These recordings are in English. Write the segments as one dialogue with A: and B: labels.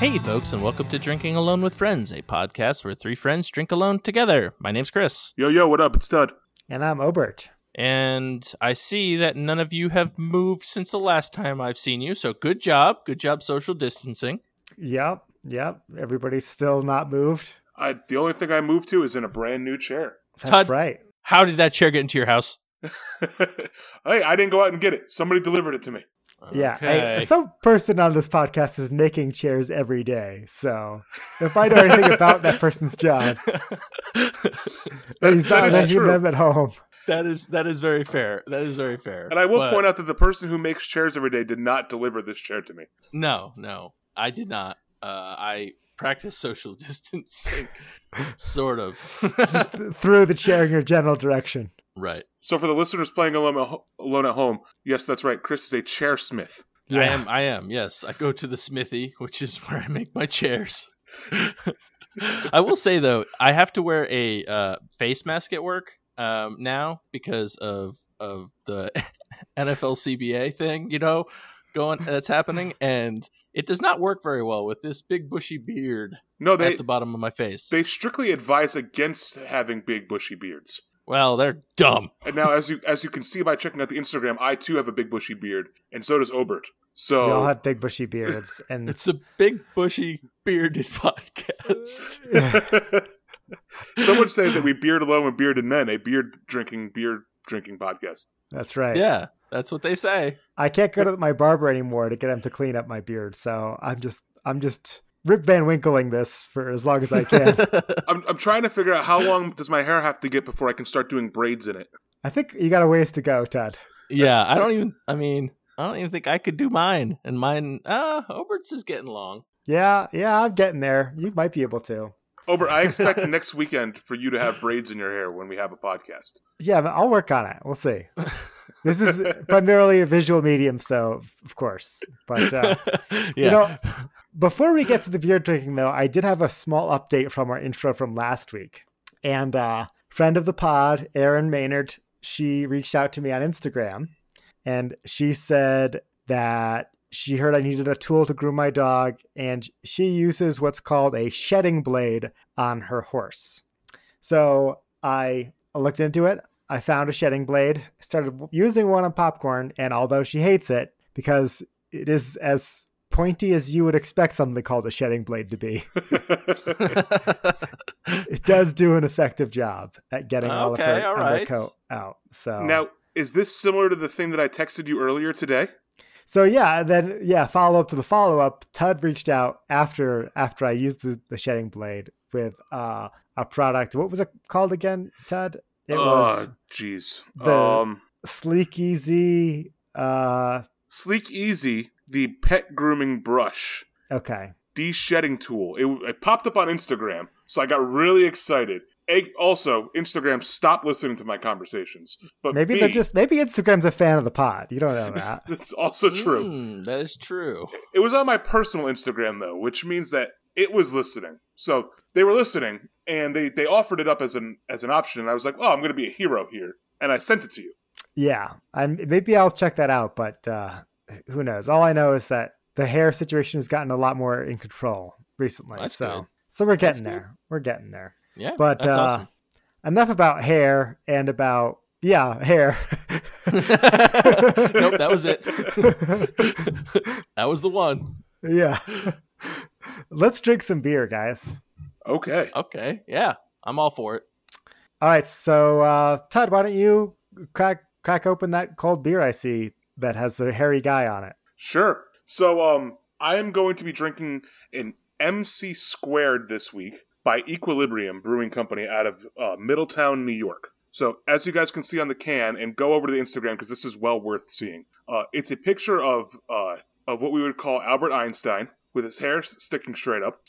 A: Hey, folks, and welcome to Drinking Alone with Friends, a podcast where three friends drink alone together. My name's Chris,
B: Yo, yo, what up? It's Dud.
C: And I'm Obert.
A: and I see that none of you have moved since the last time I've seen you, so good job. Good job social distancing.
C: Yep, yep. Everybody's still not moved.
B: I the only thing I moved to is in a brand new chair.
C: That's
A: Todd-
C: right.
A: How did that chair get into your house?
B: hey, I didn't go out and get it. Somebody delivered it to me.
C: Yeah. I-
A: Okay.
C: some person on this podcast is making chairs every day. So if I know anything about that person's job, then he's
B: That
C: not
B: is
C: making
B: true.
C: them at home.
A: that is that is very fair. That is very fair.
B: And I will
A: But
B: point out that the person who makes chairs every day did not deliver this chair to me.
A: No, no, I did not. Uh, I practice social distancing, sort of.
C: Just th- threw the chair in your general direction.
A: right.
B: So for the listeners playing alone at, ho- alone at home, yes, that's right. Chris is a chair smith.
A: I am. I am. Yes, I go to the smithy, which is where I make my chairs. I will say though, I have to wear a uh, face mask at work um, now because of of the NFL CBA thing. You know, going that's happening, and it does not work very well with this big bushy beard
B: No, they
A: at the bottom of my face.
B: they strictly advise against having big bushy beards.
A: well, they're dumb.
B: And now, as you as you can see by checking out the Instagram, I too have a big bushy beard, and so does Obert.
C: We all
B: So
C: have big bushy beards. And
A: It's a big bushy bearded podcast.
B: Some would say that we beard alone with bearded men, a beard drinking, beer drinking podcast.
C: that's right.
A: yeah, that's what they say.
C: I can't go to my barber anymore to get him to clean up my beard. So I'm just, I'm just Rip Van Winkling this for as long as I can.
B: I'm, I'm trying to figure out how long does my hair have to get before I can start doing braids in it.
C: I think you got a ways to go, Todd.
A: yeah, I don't even. I mean, I don't even think I could do mine. And mine, uh, Obert's is getting long.
C: Yeah, yeah, I'm getting there. You might be able to.
B: Ober, I expect next weekend for you to have braids in your hair when we have a podcast.
C: Yeah, but I'll work on it. We'll see. This is primarily a visual medium, so of course. But uh,
A: yeah.
C: you know, before we get to the beer drinking, though, I did have a small update from our intro from last week. And uh, friend of the pod, Erin Maynard, she reached out to me on Instagram, and she said that she heard I needed a tool to groom my dog, and she uses what's called a shedding blade on her horse. So I looked into it. I found a shedding blade, started using one on popcorn, and although she hates it because it is as pointy as you would expect something called a shedding blade to be, it does do an effective job at getting all of
A: Okay,
C: her
A: all right.
C: undercoat out. So
B: Now, is this similar to the thing that I texted you earlier today?
C: So yeah, and then yeah, follow up to the follow up. Tud reached out after after I used the, the shedding blade with uh, a product. What was it called again, Tud? It was
B: Oh, jeez.
C: the-
B: Um,
C: Sleek Easy. Uh,
B: Sleek Easy, the pet grooming brush,
C: okay,
B: de shedding tool. It, it popped up on Instagram, so I got really excited. A, also, Instagram stopped listening to my conversations. But
C: maybe
B: B,
C: they're just maybe Instagram's a fan of the pod. You don't know that.
B: That's also true.
A: Mm, that is true.
B: It was on my personal Instagram though, which means that it was listening. So they were listening, and they they offered it up as an as an option. And I was like, "Oh, I'm going to be a hero here," and I sent it to you.
C: yeah, I'm, maybe I'll check that out. But uh, who knows? All I know is that the hair situation has gotten a lot more in control recently.
A: That's
C: so
A: good.
C: so we're getting
A: good.
C: there. We're getting there.
A: Yeah,
C: But,
A: that's
C: uh,
A: awesome.
C: enough about hair and about yeah hair
A: nope, that was it. that was the one.
C: yeah let's drink some beer guys
B: Okay.
A: Okay, yeah, I'm all for it.
C: all right so uh todd why don't you crack crack open that cold beer i see that has a hairy guy on it
B: Sure. So um I am going to be drinking an MC squared this week by Equilibrium Brewing Company out of uh, Middletown, New York. So as you guys can see on the can, and go over to the Instagram because this is well worth seeing. Uh, it's a picture of uh, of what we would call Albert Einstein with his hair s- sticking straight up,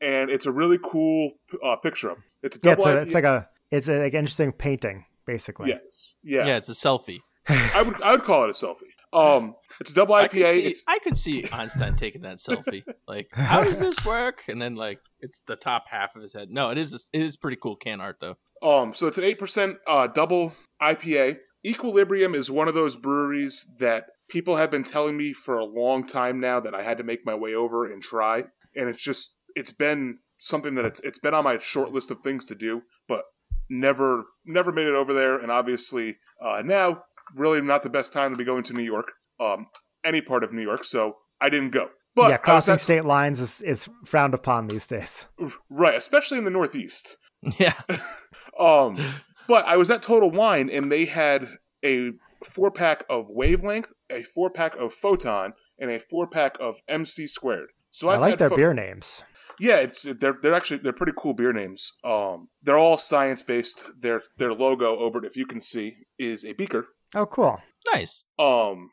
B: and it's a really cool uh, picture of. Him. It's a
C: yeah
B: double.
C: it's, a, it's like a it's a, like interesting painting basically
B: yes, yeah.
A: Yeah, it's a selfie.
B: I would I would call it a selfie. Um, it's a double
A: I
B: IPA.
A: could see,
B: it's
A: I could see Einstein taking that selfie. Like, how does this work? And then like, it's the top half of his head. No, it is. It is pretty cool can art though.
B: Um, so it's an eight percent uh, double IPA. Equilibrium is one of those breweries that people have been telling me for a long time now that I had to make my way over and try. and it's just it's been something that it's it's been on my short list of things to do, but never never made it over there. And obviously uh, now, really not the best time to be going to New York, um, any part of New York. So I didn't go. But I
C: yeah,
B: was
C: crossing
B: actually-
C: state lines is, is frowned upon these days.
B: right, especially in the Northeast.
A: Yeah.
B: Um, but I was at Total Wine and they had a four pack of Wavelength, a four pack of Photon, and a four pack of MC Squared. So
C: I
B: I've
C: like
B: had
C: their
B: pho-
C: beer names.
B: Yeah, it's they're they're actually they're pretty cool beer names. Um, they're all science based. Their their logo, Obert, if you can see, is a beaker.
C: Oh, cool.
A: Nice.
B: Um,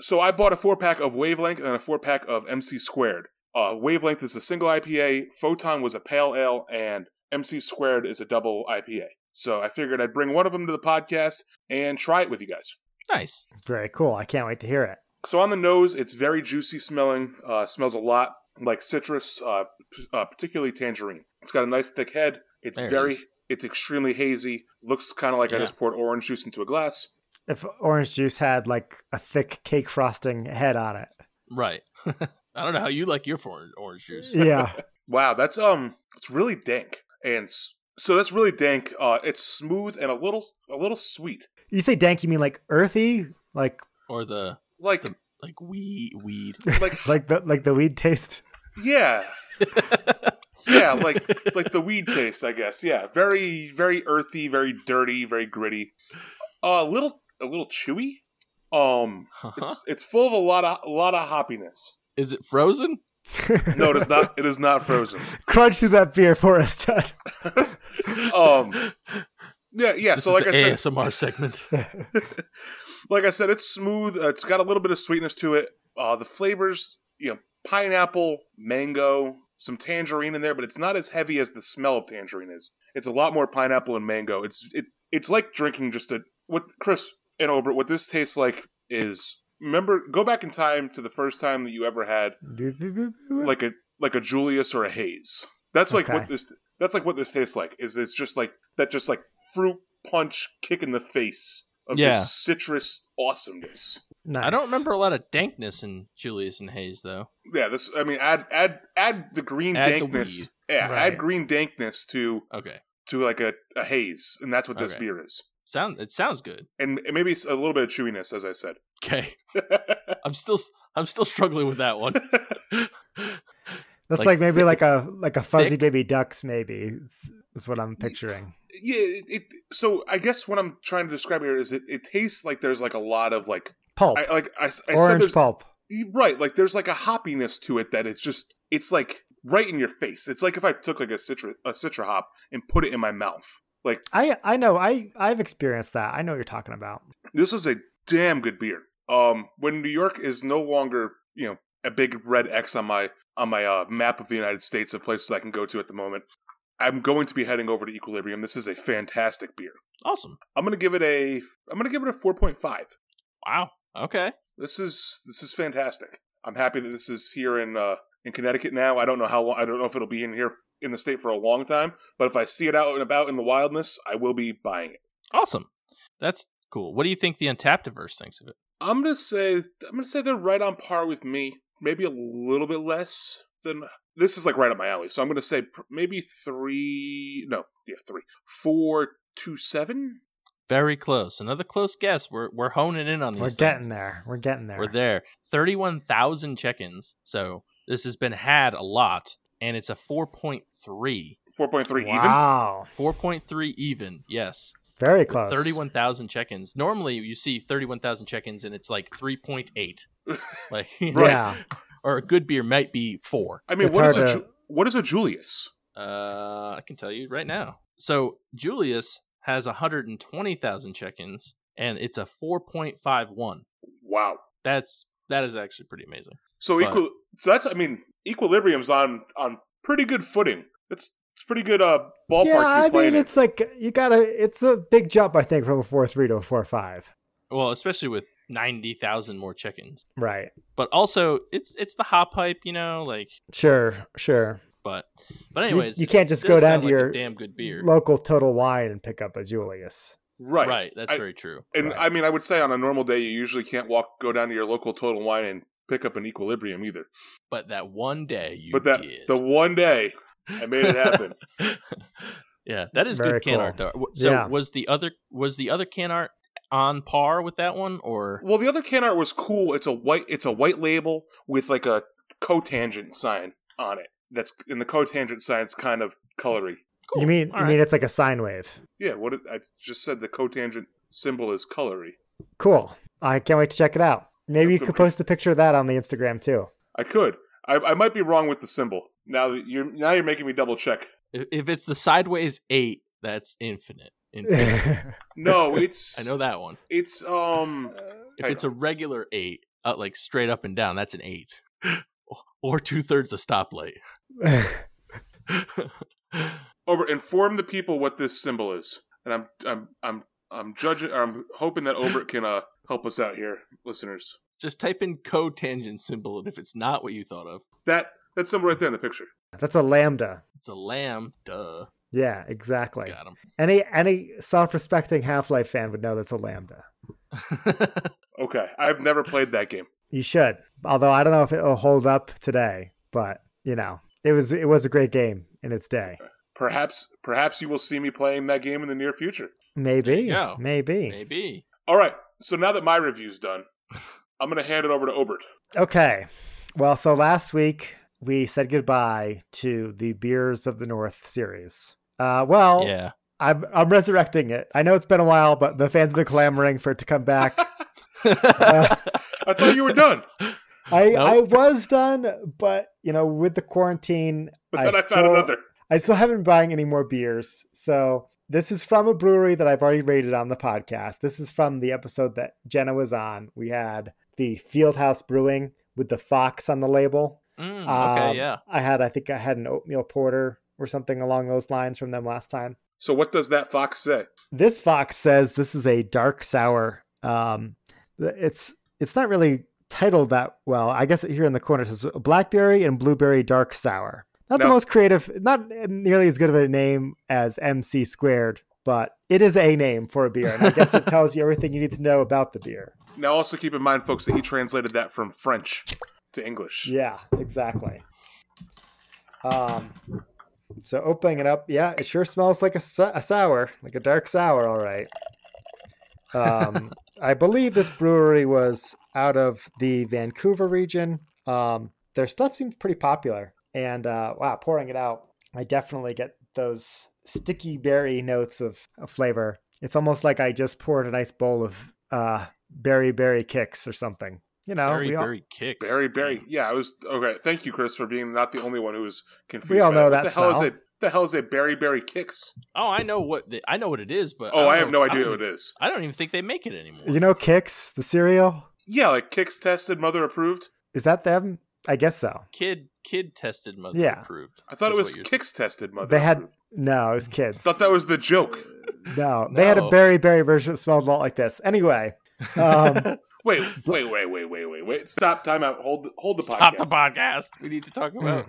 B: so I bought a four pack of Wavelength and a four pack of MC Squared. Uh, Wavelength is a single IPA, Photon was a pale ale, and MC Squared is a double IPA. So I figured I'd bring one of them to the podcast and try it with you guys.
A: Nice.
C: Very cool. I can't wait to hear it.
B: So on the nose, it's very juicy smelling. Uh, smells a lot like citrus, uh, p- uh, particularly tangerine. It's got a nice thick head. It's
A: There it
B: very,
A: is.
B: it's extremely hazy. Looks kind of like I
A: Yeah.
B: just poured orange juice into a glass.
C: If orange juice had like a thick cake frosting head on it.
A: Right. I don't know how you like your for- orange juice.
C: Yeah.
B: Wow, that's um, it's really dank, and s- so that's really dank. Uh, it's smooth and a little, a little sweet,
C: you say dank, you mean like earthy? Like
A: Or the
B: like,
A: like weed weed.
B: like,
C: like the like the weed taste?
B: yeah, yeah, like, like the weed taste, I guess. Yeah, very, very earthy, very dirty, very gritty. Uh, a little, a little chewy. Um,
A: Huh?
B: it's, it's full of a lot of, a lot of hoppiness.
A: Is it frozen?
B: No, it is not. It is not frozen.
C: Crunch through that beer for us, Ted.
B: Um, yeah, yeah.
A: This
B: so,
A: is
B: like
A: the
B: I said,
A: ASMR segment.
B: like I said, it's smooth. Uh, it's got a little bit of sweetness to it. Uh, the flavors, you know, pineapple, mango, some tangerine in there, but it's not as heavy as the smell of tangerine is. It's a lot more pineapple and mango. It's it, it's like drinking just a what Chris and Obert. What this tastes like is remember go back in time to the first time that you ever had like a like a Julius or a Haze. That's like what
C: Okay.
B: this that's like what this tastes like. Is it's just like that just like fruit punch kick in the face of
A: Yeah.
B: just citrus awesomeness.
C: Nice.
A: I don't remember a lot of dankness in Julius and Hayes though.
B: Yeah, this I mean add add add the green
A: Add the
B: dankness.
A: weed.
B: yeah, add
C: Right.
B: green dankness to
A: Okay.
B: to like a, a haze, and that's what this
A: Okay.
B: beer is.
A: Sound it sounds good.
B: And maybe it's a little bit of chewiness, as I said.
A: Okay. I'm still I'm still struggling with that one.
C: That's
A: like,
C: like, maybe
A: it's
C: like a like a fuzzy
A: thick.
C: baby ducks. Maybe is, is what I'm picturing.
B: yeah, it, it. So I guess what I'm trying to describe here is it, it tastes like there's like a lot of like
C: Pulp,
B: I like I, I said
C: orange
B: there's
C: pulp.
B: E, Right, like there's like a hoppiness to it that it's just it's like right in your face. It's like if I took like a citra a citra hop and put it in my mouth. Like
C: I I know. I I've experienced that. I know what you're talking about.
B: this is a damn good beer. Um when New York is no longer, you know, a big red X on my on my uh, map of the United States of places I can go to at the moment, I'm going to be heading over to Equilibrium. This is a fantastic beer.
A: awesome.
B: I'm going to give it a I'm going to give it a 4.5.
A: Wow. Okay.
B: This is this is fantastic. I'm happy that this is here in uh, in Connecticut now. I don't know how long. I don't know if it'll be in here in the state for a long time. But if I see it out and about in the wildness, I will be buying it.
A: Awesome. That's cool. What do you think the Untapped verse thinks of it?
B: I'm gonna say I'm gonna say they're right on par with me. Maybe a little bit less than this is like right up my alley. So I'm gonna say pr- maybe three. No, yeah, three, four, two, seven.
A: Very close. Another close guess. We're we're honing in on these.
C: We're
A: things.
C: getting there. We're getting there.
A: We're there. Thirty-one thousand check-ins. So this has been had a lot, and it's a four point three.
B: Four point three even.
C: Wow,
A: Four point three even. Yes.
C: very
A: With
C: close.
A: 31,000 check-ins. Normally you see 31,000 check-ins and it's like 3.8. like
B: Right.
C: Yeah,
A: or a good beer might be 4.
B: I mean,
C: It's
B: what is
C: hard
B: a
C: to-
B: Ju- what is a Julius?
A: Uh I can tell you right now. So Julius has 120,000 check-ins and it's a 4.51.
B: Wow.
A: That's that is actually pretty amazing.
B: So
A: But-
B: equal. So that's. I mean, equilibrium's on on pretty good footing. It's it's pretty good. Uh, ballpark. to
C: yeah.
B: be
C: I
B: playing
C: mean,
B: in.
C: it's like you gotta. It's a big jump, I think, from a four three to a four five.
A: Well, especially with 90,000 more check-ins.
C: Right.
A: But also it's it's the hop hype, you know, like
C: Sure. Sure.
A: but but anyways,
C: you
A: it
C: can't just
A: still
C: go
A: sound
C: down to
A: like a
C: your
A: damn good beer.
C: Local Total Wine and pick up a Julius.
B: right.
A: That's
B: I-
A: very true.
B: And
C: right.
B: I mean, I would say on a normal day, you usually can't walk go down to your local Total Wine and pick up an equilibrium either.
A: But that one day you
B: but that
A: did.
B: the one day I made it happen.
A: yeah, that is
C: Very
A: good can
C: cool.
A: art. Though. W- So
C: Yeah.
A: was the other was the other can art on par with that one, or
B: well, the other can art was cool. It's a white it's a white label with like a cotangent sign on it. That's and the cotangent sign's kind of colory.
A: Cool.
C: You mean
A: All
C: you
A: right.
C: mean it's like a sine wave?
B: Yeah, what it, I just said the cotangent symbol is colory.
C: Cool. I can't wait to check it out. Maybe you could post a picture of that on the Instagram too.
B: I could. I, I might be wrong with the symbol. Now that you're now you're making me double check.
A: if if it's the sideways eight, that's infinite. Infinite.
B: No, it's
A: I know that one.
B: it's um
A: If
B: Hang
A: it's a regular eight, uh, like straight up and down, that's an eight, or two thirds a stoplight.
B: Ober, inform the people what this symbol is, and I'm I'm I'm I'm judging. Or I'm hoping that Obert can uh, help us out here, listeners.
A: Just type in cotangent symbol, and if it's not what you thought of,
B: That that symbol right there in the picture.
C: That's a lambda.
A: it's a lamb. Duh,
C: Yeah, exactly.
A: got him.
C: Any any self-respecting Half-Life fan would know that's a lambda.
B: Okay, I've never played that game.
C: You should. Although I don't know if it'll hold up today, but you know, it was it was a great game in its day.
B: Perhaps perhaps you will see me playing that game in the near future.
A: There
C: Maybe.
A: you go.
C: Maybe.
A: Maybe.
B: All right. So now that my review's done, I'm gonna hand it over to Obert.
C: Okay. Well, so last week we said goodbye to the Beers of the North series. Uh, well,
A: Yeah.
C: I'm I'm resurrecting it. I know it's been a while, but the fans have been clamoring for it to come back. Uh,
B: I thought you were done,
C: I
A: Nope.
C: I was done, but you know, with the quarantine,
B: but then I,
C: I
B: found
C: still-
B: another.
C: I still haven't been buying any more beers. So this is from a brewery that I've already rated on the podcast. This is from the episode that Jenna was on. We had the Fieldhouse Brewing with the fox on the label.
A: Mm,
C: Um,
A: okay. Yeah.
C: I had, I think I had an oatmeal porter or something along those lines from them last time.
B: So what does that fox say?
C: This fox says this is a dark sour. Um, th- it's it's not really titled that well. I guess here in the corner it says blackberry and blueberry dark sour. Not the
B: No.
C: most creative, not nearly as good of a name as MC squared, but it is a name for a beer, and I guess it tells you everything you need to know about the beer.
B: Now also keep in mind, folks, that he translated that from French to English.
C: Yeah, exactly. Um, so opening it up, yeah, it sure smells like a, sou- a sour, like a dark sour. All right. Um, I believe this brewery was out of the Vancouver region. Um, their stuff seems pretty popular, and uh, wow, pouring it out, I definitely get those sticky berry notes of, of flavor. It's almost like I just poured a nice bowl of uh, berry berry kicks or something. You know,
A: Barry
C: we all-
A: Barry kicks.
B: Barry, Barry. Yeah, I was okay. Thank you, Chris, for being not the only one who was confused.
C: We all
B: by
C: know
B: What
C: that
B: the hell
C: smell.
B: is a the hell is a Barry Barry kicks?
A: Oh, I know what the, I know what it is, but
B: Oh,
A: don't
B: I have
A: know-
B: no idea
A: don't
B: what
A: even-
B: it is.
A: I don't even think they make it anymore.
C: You know, Kicks, the cereal.
B: Yeah, like kicks tested, mother approved.
C: Is that them? I guess so.
A: kid kid tested mother
C: Yeah.
A: approved.
B: I thought
A: is
B: it was
A: what you're-
B: kicks tested, mother.
C: They had
B: approved.
C: no, it was
B: I
C: kids.
B: Mm. thought that was the joke.
C: No, they had a
A: No.
C: berry berry version that smelled a lot like this. Anyway,
B: Oh,
C: um,
B: Wait, wait, wait, wait, wait, wait, wait. Stop. Time out. Hold. Hold the
A: Stop
B: podcast.
A: the podcast. We need to talk
C: Mm.
A: about.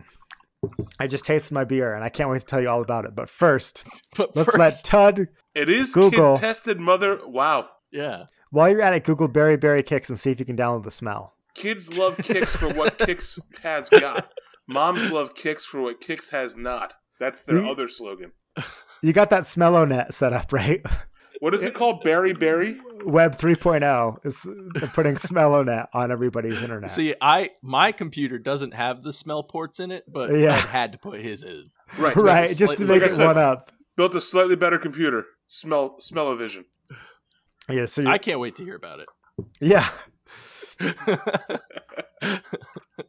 C: I just tasted my beer and I can't wait to tell you all about it. But first,
A: But
C: let's
A: first,
C: let Tud.
B: It is
C: Google.
B: kid tested, mother. Wow.
A: yeah.
C: While you're at it, Google berry berry kicks and see if you can download the smell.
B: Kids love kicks for what kicks has got. Moms love kicks for what kicks has not. That's their
C: You-
B: other slogan.
C: You got that Smellonet set up, right?
B: What is it called? Barry Barry.
C: Web 3.0 is they're putting Smellonet on everybody's internet.
A: See, I my computer doesn't have the smell ports in it, but
C: Yeah.
A: Ted had to put his in.
B: Right.
A: make it
C: right, just to
A: slightly-
C: make
B: Like I
C: it
B: said-
C: one up.
B: Built a slightly better computer. Smell smell o vision.
C: Yeah, so
A: I
C: you
A: can't wait to hear about
C: yeah.
A: it.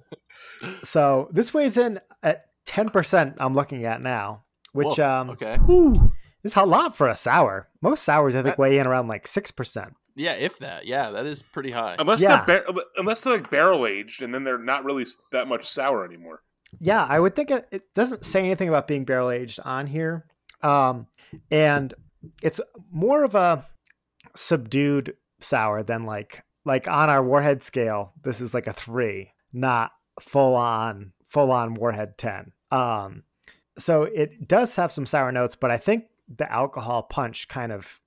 C: So this weighs in at 10%. I'm looking at now, which
A: Woof.
C: um,
A: okay,
C: Whew, this is a lot for a sour. Most sours, I think,
A: That-
C: weigh in around like six percent.
A: yeah, if that, yeah, that is pretty high.
B: Unless
C: Yeah.
B: they're bar- unless they're like barrel aged, and then they're not really s- that much sour anymore.
C: Yeah, I would think it, it doesn't say anything about being barrel aged on here, um, and it's more of a subdued sour than like like on our warhead scale. This is like a three, not full on full on warhead ten. Um, so it does have some sour notes, but I think the alcohol punch kind of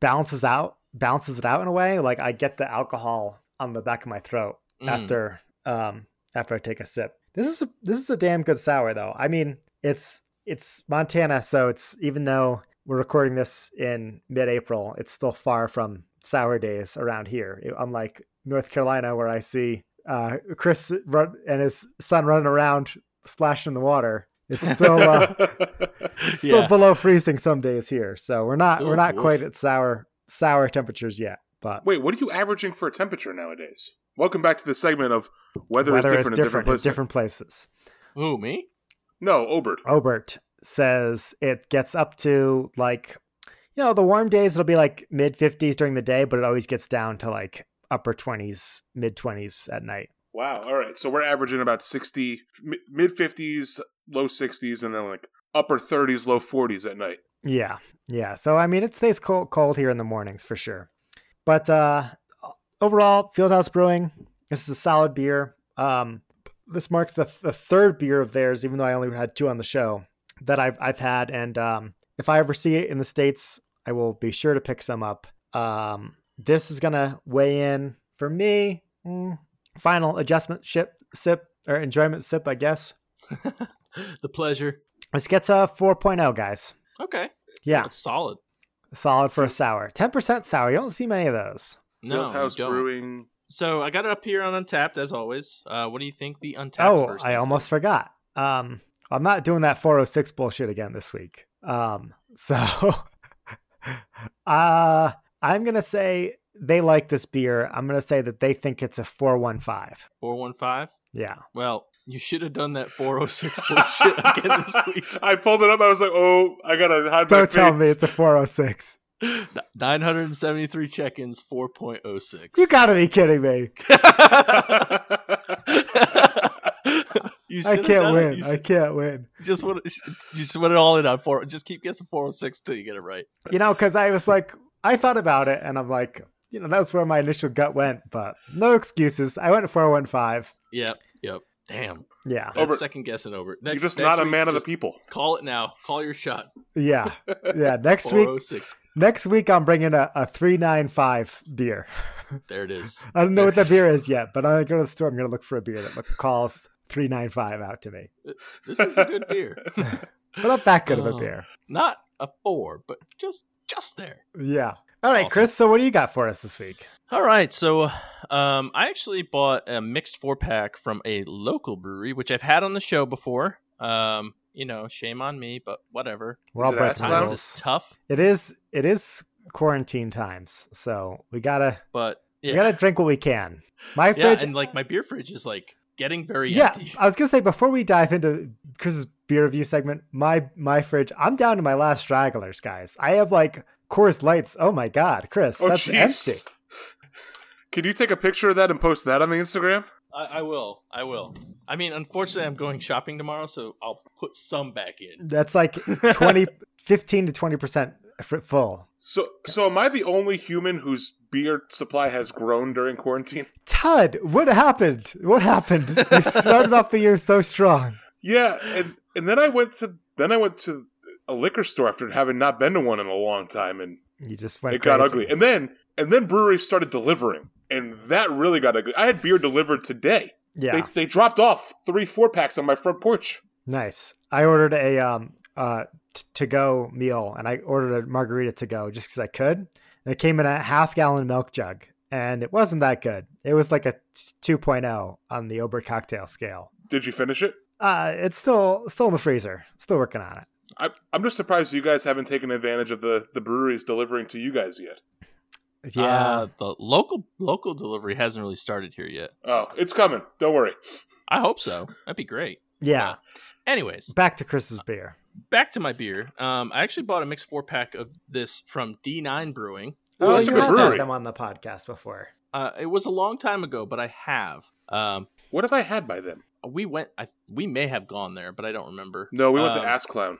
C: balances out balances it out in a way. Like I get the alcohol on the back of my throat
A: Mm.
C: after um after I take a sip. This is a, this is a damn good sour though. I mean, it's it's Montana, so it's even though we're recording this in mid-April, it's still far from sour days around here. It- unlike North Carolina, where I see uh, Chris run, and his son running around splashing in the water, it's still uh, still
A: Yeah.
C: below freezing some days here. So we're not we're
A: Ooh,
C: not
A: woof.
C: quite at sour sour temperatures yet. But
B: Wait, what are you averaging for a temperature nowadays? Welcome back to the segment of weather,
C: weather
B: is different,
C: is different
B: in different
C: in
B: places.
C: different places.
A: Who me?
B: No, Obert.
C: Obert says it gets up to like, you know, the warm days it'll be like mid 50s during the day, but it always gets down to like upper 20s, mid 20s at night.
B: Wow. All right. So we're averaging about 60, mi- mid 50s, low 60s, and then like upper 30s, low 40s at night.
C: Yeah. Yeah. So I mean it stays cold cold here in the mornings for sure. But uh overall, Fieldhouse Brewing, this is a solid beer. Um this marks the, the third beer of theirs, even though I only had two on the show that I've I've had. And um if I ever see it in the States, I will be sure to pick some up. Um this is gonna weigh in for me. mm, final adjustment ship sip or enjoyment sip, I guess.
A: The pleasure.
C: This gets a 4.0, guys.
A: Okay.
C: Yeah.
A: That's solid.
C: Solid for a sour. 10% sour. You don't see many of those.
A: No,
B: House
A: you don't.
B: Brewing.
A: So I got it up here on Untapped as always. Uh, what do you think the Untapped?
C: oh,
A: version
C: I
A: is?
C: almost forgot. Um, I'm not doing that 406 bullshit again this week. Um, so uh, I'm going to say they like this beer. I'm going to say that they think it's a 415.
A: four one five.
C: Yeah.
A: Well, you should have done that four oh six bullshit again this week.
B: I pulled it up. I was like, oh, I got to hide my
C: Don't
B: face.
C: tell me it's a 406.
A: Nine hundred and seventy three check ins, four point oh six.
C: You got to be kidding me.
A: You
C: I
A: should have
C: can't
A: done it.
C: win.
A: You
C: I
A: should-
C: can't win.
A: just want to, you just want it all in on four. Just keep guessing four hundred six till you get it right.
C: You know, because I was like, I thought about it and I'm like, you know, that's where my initial gut went, but no excuses. I went 415.
A: Yep, yep. Damn,
C: Yeah.
A: that's
B: Over.
A: second guessing over.
B: You're
A: Next,
B: just
A: next
B: not a
A: week,
B: man of the
A: just
B: people.
A: Call it now. Call your shot.
C: Yeah. Yeah. Next
A: Four
C: week,
A: oh six.
C: next week, I'm bringing a, a 395 beer.
A: There it is.
C: I don't know what that
A: There's-
C: beer is yet, but I'm going to go to the store. I'm going to look for a beer that look, calls 395 out to me.
A: This is a good beer.
C: But not that good of a
A: Oh.
C: beer.
A: Not a four, but just just there.
C: Yeah. All right,
A: Awesome.
C: Chris. So what do you got for us this week?
A: All right, so um, I actually bought a mixed four pack from a local brewery, which I've had on the show before. Um, you know, shame on me, but whatever.
C: We're
B: Is
C: all
B: it
C: breaking the
B: Ascalon?
A: Times is
C: rules.
A: tough,
C: It is. It is quarantine times, so we gotta
A: but
C: we
A: yeah,
C: gotta drink what we can. My
A: yeah,
C: fridge
A: and like my beer fridge is like getting very
C: yeah,
A: empty.
C: I was gonna say before we dive into Chris's beer review segment, my my fridge, I'm down to my last stragglers, guys. I have like Coors Lights. Oh my god, Chris,
B: Oh,
C: that's
B: jeez.
C: empty.
B: Can you take a picture of that and post that on the Instagram?
A: I, I will, I will. I mean, unfortunately, I'm going shopping tomorrow, so I'll put some back in.
C: That's like 20, 15 to twenty percent full.
B: So, so am I the only human whose beer supply has grown during quarantine?
C: Todd, what happened? What happened? We started off the year so strong.
B: Yeah, and and then I went to then I went to a liquor store after having not been to one in a long time, and
C: You just went.
B: it got
C: crazy.
B: ugly. And then and then breweries started delivering, and that really got ugly. I had beer delivered today.
C: yeah,
B: They they dropped off three four packs on my front porch.
C: nice. I ordered a um uh t- to go meal, and I ordered a margarita to go just because I could. And it came in a half gallon milk jug, and it wasn't that good. It was like a t- 2.0 on the Ober cocktail scale.
B: Did you finish it?
C: Uh, it's still still in the freezer. Still working on it.
B: I, I'm just surprised you guys haven't taken advantage of the the breweries delivering to you guys yet.
C: Yeah,
A: Uh, the local local delivery hasn't really started here yet.
B: Oh, it's coming. Don't worry.
A: I hope so. That'd be great.
C: yeah.
A: Anyways,
C: Back to Chris's beer.
A: back to my beer. Um, I actually bought a mixed four pack of this from D9 Brewing.
B: Ooh,
C: oh,
B: that's
C: you
B: a good
C: have
B: brewery.
C: had them on the podcast before.
A: Uh, it was a long time ago, but I have. Um,
B: What have I had by then?
A: we went. I, we may have gone there, but I don't remember.
B: No, we went
A: Um,
B: to Ask Clown.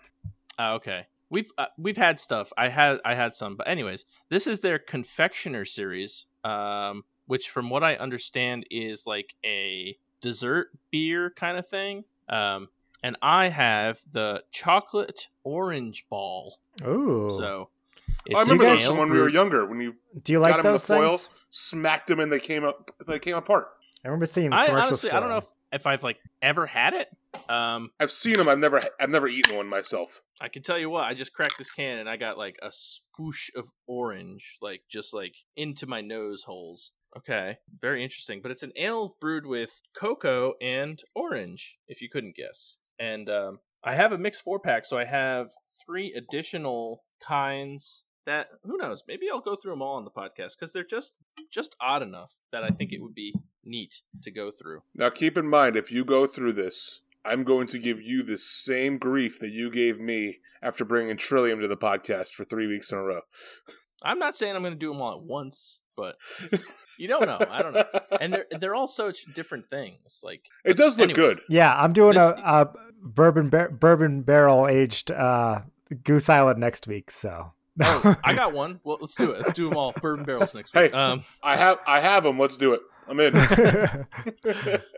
A: ah, okay. We've uh, we've had stuff. I had I had some, but anyways, this is their confectioner series, um, which from what I understand is like a dessert beer kind of thing. Um, and I have the chocolate orange ball.
C: Ooh,
A: So
B: I
A: it's
B: remember
A: an
C: guys-
B: this
A: ale
B: from when we were
A: brewed-
B: younger when you
C: do you
B: got
C: like
B: them in the
C: those
B: foil,
C: things?
B: smacked them, and they came up. They came apart.
C: I remember seeing the
A: I
C: commercials
A: honestly,
C: for
A: I don't know
C: them.
A: if, if I've like ever had it. Um,
B: I've seen them. I've never I've never eaten one myself.
A: I can tell you what, I just cracked this can and I got like a swoosh of orange, like just like into my nose holes. Okay, very interesting. But it's an ale brewed with cocoa and orange, if you couldn't guess. And um, I have a mixed four pack, so I have three additional kinds. That who knows? Maybe I'll go through them all on the podcast because they're just just odd enough that I think it would be neat to go through.
B: Now keep in mind, if you go through this, I'm going to give you the same grief that you gave me after bringing Trillium to the podcast for three weeks in a row.
A: I'm not saying I'm going to do them all at once, but you don't know. I don't know. and they're they're all such different things. Like
B: it does look
A: anyways.
B: good.
C: Yeah, I'm doing a,
A: This-
C: a bourbon bar- bourbon barrel aged uh, Goose Island next week. So
A: oh, I got one. Well, let's do it. Let's do them all. Bourbon barrels next week.
B: Hey.
A: Um,
B: I have I have them. Let's do it. I'm in.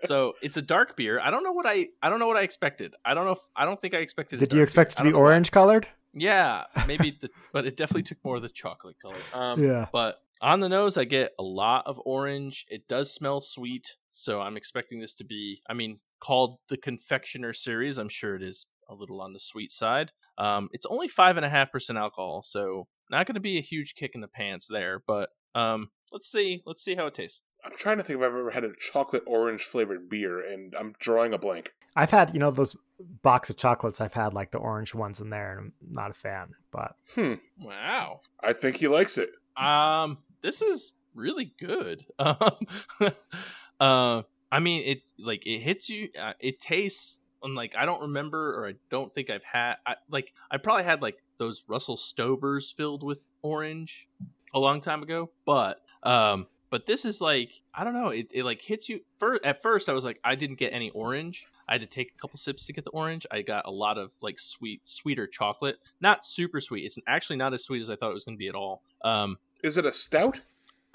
A: so it's a dark beer. I don't know what I I don't know what I expected. I don't know. If, I don't think I expected. a
C: Did you
A: dark
C: expect
A: beer.
C: it to
A: I
C: be
A: don't know why.
C: orange colored?
A: Yeah, maybe. The, but it definitely took more of the chocolate color. Um,
C: Yeah.
A: But on the nose, I get a lot of orange. It does smell sweet, so I'm expecting this to be. I mean, called the confectioner series. I'm sure it is a little on the sweet side. Um, it's only five and a half percent alcohol, so not going to be a huge kick in the pants there. But um, let's see. Let's see how it tastes.
B: I'm trying to think if I've ever had a chocolate orange flavored beer, and I'm drawing a blank.
C: I've had you know those box of chocolates. I've had like the orange ones in there, and I'm not a fan. But
B: Hmm.
A: Wow.
B: I think he likes it.
A: Um, this is really good. Um, uh, I mean, it like it hits you. Uh, it tastes. I'm like I don't remember, or I don't think I've had. I, like I probably had like those Russell Stovers filled with orange a long time ago, but um, but this is like I don't know. It, it like hits you. First, at first, I was like I didn't get any orange. I had to take a couple sips to get the orange. I got a lot of like sweet, sweeter chocolate. Not super sweet. It's actually not as sweet as I thought it was going to be at all. Um,
B: Is it a stout?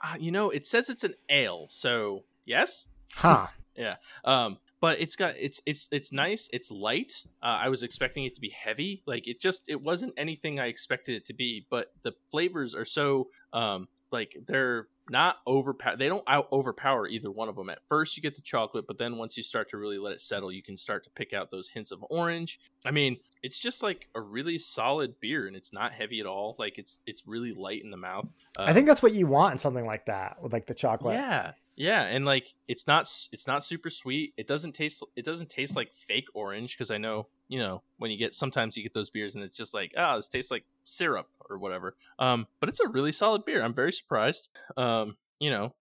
A: uh, you know, it says it's an ale, so yes. Hmm.
C: huh?
A: Um, but it's got it's it's it's nice. It's light. Uh, I was expecting it to be heavy. Like it just it wasn't anything I expected it to be. But the flavors are so um like they're not overpower. They don't out overpower either one of them. At first you get the chocolate, but then once you start to really let it settle, you can start to pick out those hints of orange. I mean, it's just like a really solid beer, and it's not heavy at all. Like it's it's really light in the mouth. Uh,
C: I think that's what you want in something like that with like the chocolate.
A: yeah, yeah, and like it's not s- it's not super sweet. It doesn't taste it doesn't taste like fake orange because I know you know when you get sometimes you get those beers and it's just like ah this tastes like syrup or whatever. Um, but it's a really solid beer. I'm very surprised. Um, you know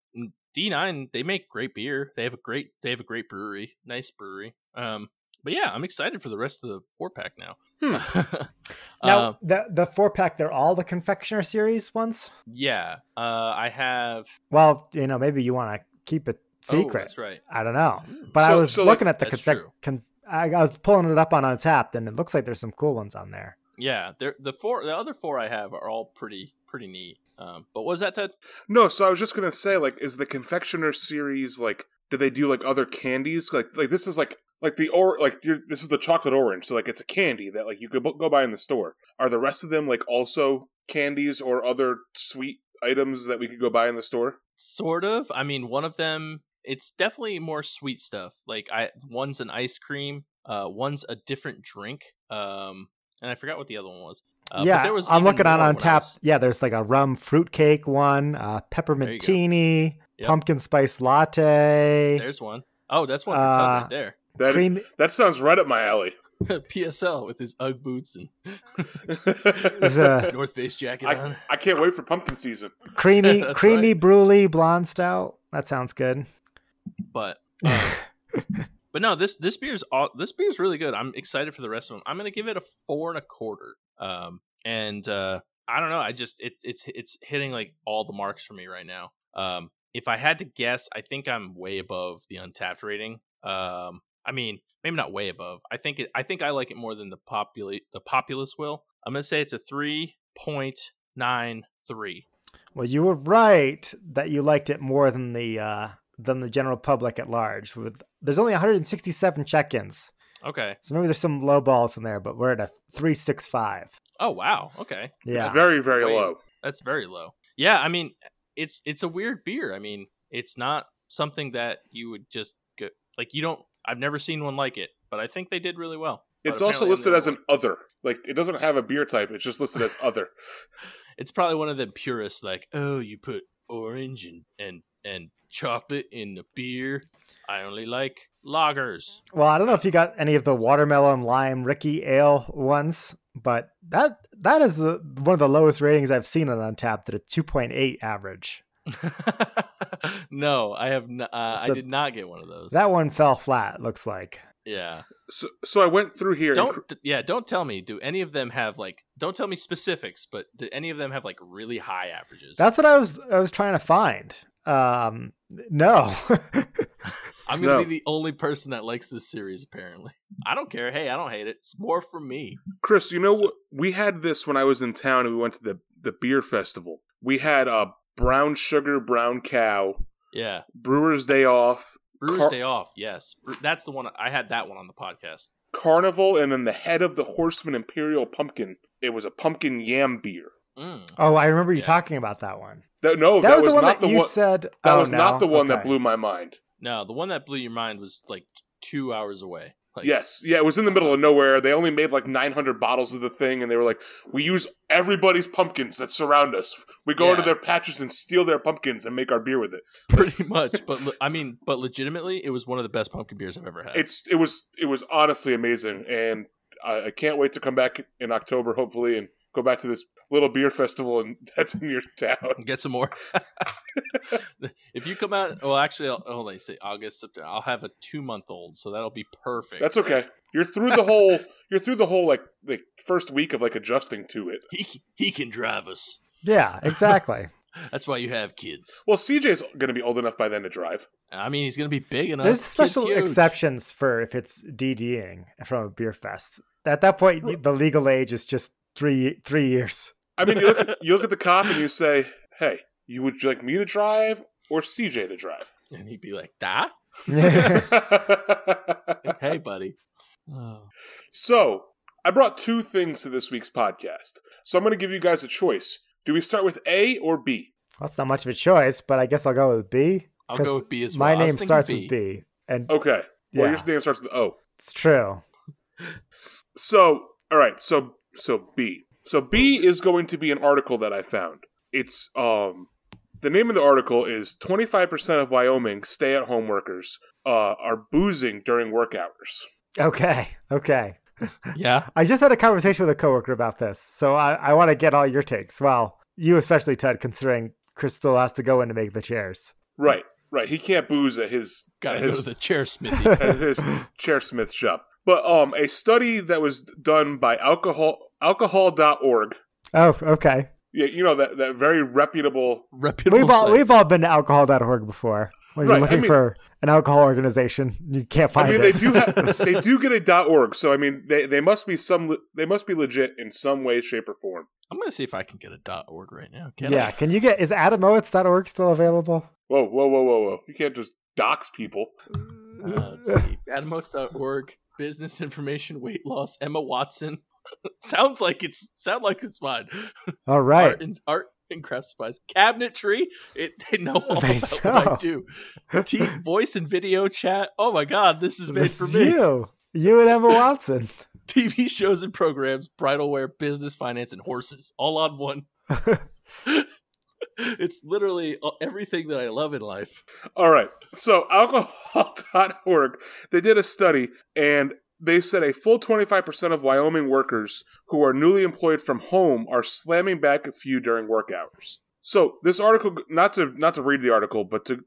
A: D9 they make great beer. They have a great they have a great brewery, nice brewery. Um, but yeah, I'm excited for the rest of the four pack now.
C: Hmm. Now
A: Um,
C: the the four pack, they're all the confectioner series ones.
A: yeah, uh, I have
C: Well, you know maybe you want to keep it
A: Oh,
C: secret.
A: that's right.
C: I don't know.
A: Mm.
C: But I
B: So-
C: was
B: so, like-
C: looking at the
A: That's
C: confec-
A: true.
C: con- I, I was pulling it up on Untapped, and it looks like there's some cool ones on there.
A: Yeah, they're, the four, the other four I have are all pretty pretty neat. Um, but what was that Ted?
B: No. So I was just gonna say, like, is the confectioner series like? Do they do like other candies? Like, like this is like like the or like you're, this is the chocolate orange. So like it's a candy that like you could bu- go buy in the store. Are the rest of them like also candies or other sweet items that we could go buy in the store?
A: Sort of. I mean, one of them. It's definitely more sweet stuff. Like I, one's an ice cream. Uh, one's a different drink. Um, and I forgot what the other one was. Uh, but
C: yeah,
A: there was
C: I'm
A: even
C: looking on
A: more when I
C: Untapped.
A: was-
C: Yeah, there's like a rum fruitcake one, uh,
A: you
C: peppermint
A: go.
C: teeny,
A: Yep.
C: pumpkin spice latte,
A: There's one. Oh, that's one for Ted
C: Uh,
A: right there.
B: That
C: cream.
B: that sounds right up my alley.
A: PSL with his UGG boots and
C: There's a
A: his North Face jacket
B: I,
A: on.
B: I can't wait for pumpkin season.
C: creamy,
A: That's
C: creamy
A: right.
C: brulee blonde stout. That sounds good.
A: But um, But no, this this beer's all this beer's really good. I'm excited for the rest of them. I'm gonna give it a four and a quarter. Um, and uh, I don't know. I just it, it's it's hitting like all the marks for me right now. Um, if I had to guess, I think I'm way above the untapped rating. Um, I mean, maybe not way above. I think it, I think I like it more than the populate the populace will. I'm gonna say it's a three point nine three.
C: well, you were right that you liked it more than the uh, than the general public at large. With there's only 167 check-ins,
A: Okay.
C: so maybe there's some low balls in there, but we're at a three six five.
A: Oh wow. Okay.
C: Yeah,
B: It's very very
A: Wait.
B: low.
A: That's very low. Yeah, I mean, it's it's a weird beer. I mean, it's not something that you would just go, like you don't I've never seen one like it, but I think they did really well. But
B: It's also
A: apparently I'm
B: listed
A: the
B: as
A: only
B: an other. Like it doesn't have a beer type. It's just listed as other.
A: one. It's probably one of the purists like, "Oh, you put orange and and and chocolate in the beer. I only like lagers."
C: Well, I don't know if you got any of the watermelon lime Ricky Ale ones, but that that is the, one of the lowest ratings I've seen on Untapped at a 2.8 average.
A: no, I have n- uh, I
C: So-
A: did not get one of those.
C: That one fell flat, it looks like.
A: yeah.
B: So, so I went through here. and
A: Don't d- yeah, don't tell me do any of them have like don't tell me specifics, but do any of them have like really high averages?
C: That's what I was I was trying to find. Um no.
A: I'm gonna be
B: No.
A: the only person that likes this series. Apparently, I don't care. Hey, I don't hate it. It's more for me.
B: Chris, you know
A: So-
B: what? We had this when I was in town and we went to the, the beer festival. We had a uh, brown sugar, brown cow,
A: Yeah,
B: Brewer's Day Off,
A: Brewers
B: Car-
A: Day Off. Yes, Bre- that's the one. I had that one on the podcast.
B: Carnival, and then the head of the horseman imperial pumpkin. It was a pumpkin yam beer.
A: Mm.
C: oh, I remember you
A: Yeah.
C: talking about that one.
B: That, no,
C: that,
B: Oh, that,
C: was, the one
B: not
C: that
B: the
C: you
B: one.
C: said
B: That
C: oh,
B: was not the
C: no?
B: one that
C: Okay.
B: blew my mind.
A: No, the one that blew your mind was like two hours away. Like,
B: yes, yeah, it was in the middle of nowhere. They only made like 900 bottles of the thing, and they were like, "We use everybody's pumpkins that surround us. We go
A: Yeah.
B: into their patches and steal their pumpkins and make our beer with it."
A: pretty much. But le- I mean, but legitimately, it was one of the best pumpkin beers I've ever had.
B: it's it was it was honestly amazing, and I, I can't wait to come back in October, hopefully, and go back to this little beer festival, and that's in your town.
A: Get some more. if you come out, well, actually, I'll, oh, they say August, September. I'll have a two-month-old, so that'll be perfect.
B: That's okay. You're through the whole. You're through the whole like like first week of like adjusting to it.
A: he c- he can drive us.
C: Yeah, exactly.
A: That's why you have kids.
B: Well, CJ's going to be old enough by then to drive.
A: I mean, he's gonna be big enough.
C: There's
A: Kid's
C: special
A: huge.
C: exceptions for if it's DDing from a beer fest. At that point, the- the legal age is just three three years.
B: I mean, you look at, you look at the cop and you say, "Hey, you would you like me to drive or CJ to drive?"
A: and he'd be like, "Da, hey, buddy." Oh.
B: So, I brought two things to this week's podcast. So, I'm going to give you guys a choice. Do we start with A or B?
C: That's not much of a choice, but I guess I'll go with B.
A: I'll
C: 'cause
A: go with B as
C: My
A: well. I was
C: name
A: thinking
C: starts
A: B.
C: with B, and
B: Okay. Oh, Well,
C: Yeah.
B: your name starts with O.
C: it's true.
B: So, all right. So, so B. So B is going to be an article that I found. It's um the name of the article is 25% of Wyoming stay-at-home workers uh, are boozing during work hours.
C: Okay, okay.
A: Yeah,
C: I just had a conversation with a coworker about this, so I, I want to get all your takes. Well, you especially, Ted, considering Chris still has to go in to make the chairs.
B: Right. Right. He can't booze at his
A: gotta
B: at
A: go
B: his
A: to the chair smithy.
B: at his chairsmith shop. But um, a study that was done by alcohol alcohol.org.
C: Oh, okay.
B: Yeah, you know that that very reputable.
A: Reputable.
C: We've all
A: site.
C: we've all been to alcohol.org before when
B: Right, I
C: you're looking
B: mean-
C: for an alcohol organization. You can't find
B: I mean,
C: it.
B: they do have they do get a .org, so I mean, they they must be some they must be legit in some way, shape, or form.
A: I'm gonna see if I can get a dot org right now. Can
C: yeah, can you get is adamowitz.org still available?
B: Whoa, whoa, whoa, whoa, whoa! You can't just dox people.
A: I? Uh, let's see. Adamux.org, business information, weight loss. Emma Watson. Sounds like it's sound like it's mine.
C: All right.
A: Art and art and craft supplies. Cabinetry. It they know all
C: They
A: about what
C: know.
A: I do. T- voice and video chat. Oh my god, this is made
C: This
A: for
C: is
A: me.
C: you. You and Emma Watson.
A: TV shows and programs, bridal wear, business, finance, and horses, all on one. it's literally a- everything that I love in life.
B: All right. So alcohol.org, they did a study and they said a full 25% of Wyoming workers who are newly employed from home are slamming back a few during work hours. So this article not to not to read the article, but to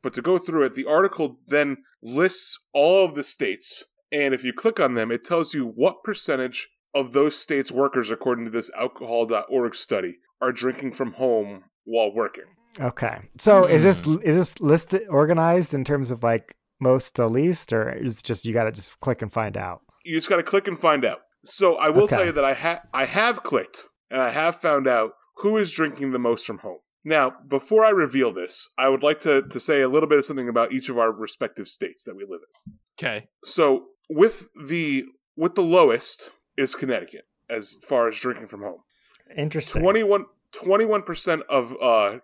B: but to go through it, the article then lists all of the states and if you click on them, it tells you what percentage of those states workers according to this alcohol.org study are drinking from home while working.
C: Okay. So is this is this listed organized in terms of like most to least, or is it just you got to just click and find out?
B: you just got to click and find out. So I will
C: Okay.
B: tell you that I ha- I have clicked and I have found out who is drinking the most from home. Now, before I reveal this, I would like to, to say a little bit of something about each of our respective states that we live in.
A: Okay.
B: So with the with the lowest is Connecticut as far as drinking from home.
C: Interesting.
B: 21 percent of uh,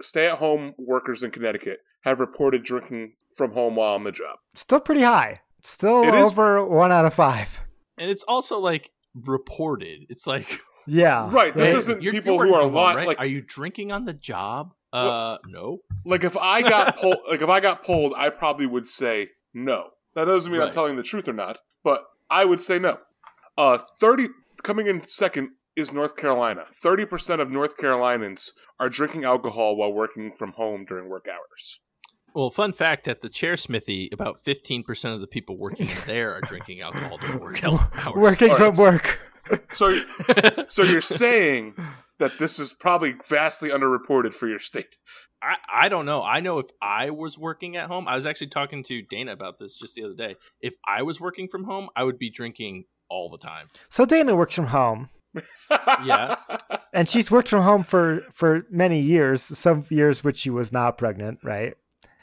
B: stay at home workers in Connecticut have reported drinking from home while on the job.
C: Still pretty high. Still
B: It is-
C: over one out of five.
A: And it's also like reported. It's like
C: Yeah.
B: Right, this
A: hey,
B: isn't
A: you're-
B: people
A: you're
B: who
A: working
B: are
A: from home,
B: lot-
A: right?
B: like-
A: Are you drinking on the job?
B: Well-
A: Uh, no.
B: Like if I got polled, like if I got polled, I probably would say no. That doesn't mean I'm
A: Right.
B: telling the truth or not, but I would say no. Uh, thirty coming in second is North Carolina. Thirty percent of North Carolinians are drinking alcohol while working from home during work hours.
A: Well, fun fact at the chair smithy, about 15% of the people working there are drinking alcohol during work hours.
C: Working
B: All
C: from
B: right.
C: work.
B: So, so you're saying that this is probably vastly underreported for your state.
A: I, I don't know. I know if I was working at home, I was actually talking to Dana about this just the other day. If I was working from home, I would be drinking all the time.
C: So Dana works from home.
A: Yeah.
C: And she's worked from home for for many years, some years which she was not pregnant, right?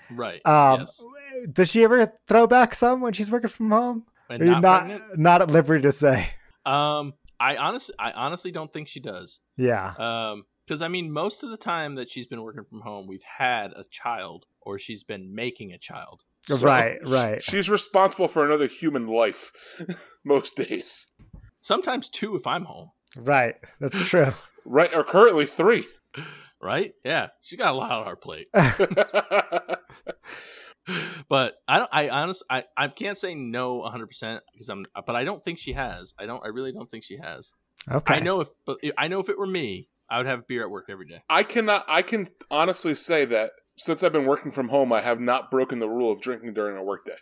A: Right.
C: Um,
A: yes.
C: Does she ever throw back some when she's working from home?
A: And
C: Are you
A: not, pregnant?
C: not, not at liberty to say.
A: Um, I honestly, I honestly don't think she does.
C: Yeah.
A: Um, because I mean, most of the time that she's been working from home, we've had a child or she's been making a child. So-
C: right, right.
B: She's responsible for another human life most days.
A: Sometimes two if I'm home.
C: Right. That's true.
B: Right, or currently three.
A: Right? Yeah, she's got a lot on her plate. but I don't. I honest. I I can't say no 100 percent because I'm. But I don't think she has. I don't. I really don't think she has.
C: Okay.
A: I know if. But I know if it were me, I would have beer at work every day.
B: I cannot. I can honestly say that since I've been working from home, I have not broken the rule of drinking during a workday.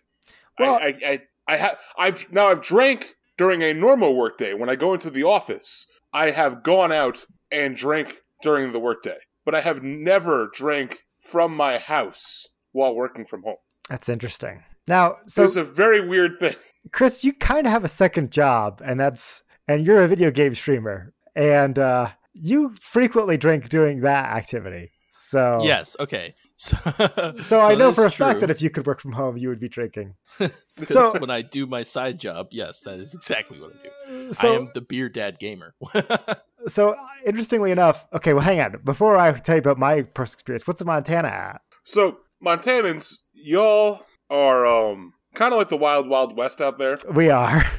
C: Well-
B: I, I, I, I have. I've now I've drank during a normal workday. When I go into the office, I have gone out and drank during the workday, but I have never drank from my house while working from home.
C: That's interesting. Now,
B: So
C: so
B: it's a very weird thing.
C: Chris, you kind of have a second job, and that's and you're a video game streamer, and uh, you frequently drink doing that activity. So
A: Yes. Okay. So.
C: Oh. so, I know for a fact that
A: if.
C: if you could work from home, you would be drinking.
A: So
C: So-
A: when I do my side job, yes, that is exactly what I do.
C: So
A: I am the beer dad gamer.
C: so interestingly enough, okay, well, hang on. Before I tell you about my personal experience, what's Montana at?
B: So Montanans, y'all are um kind of like the wild, wild west out there.
C: We are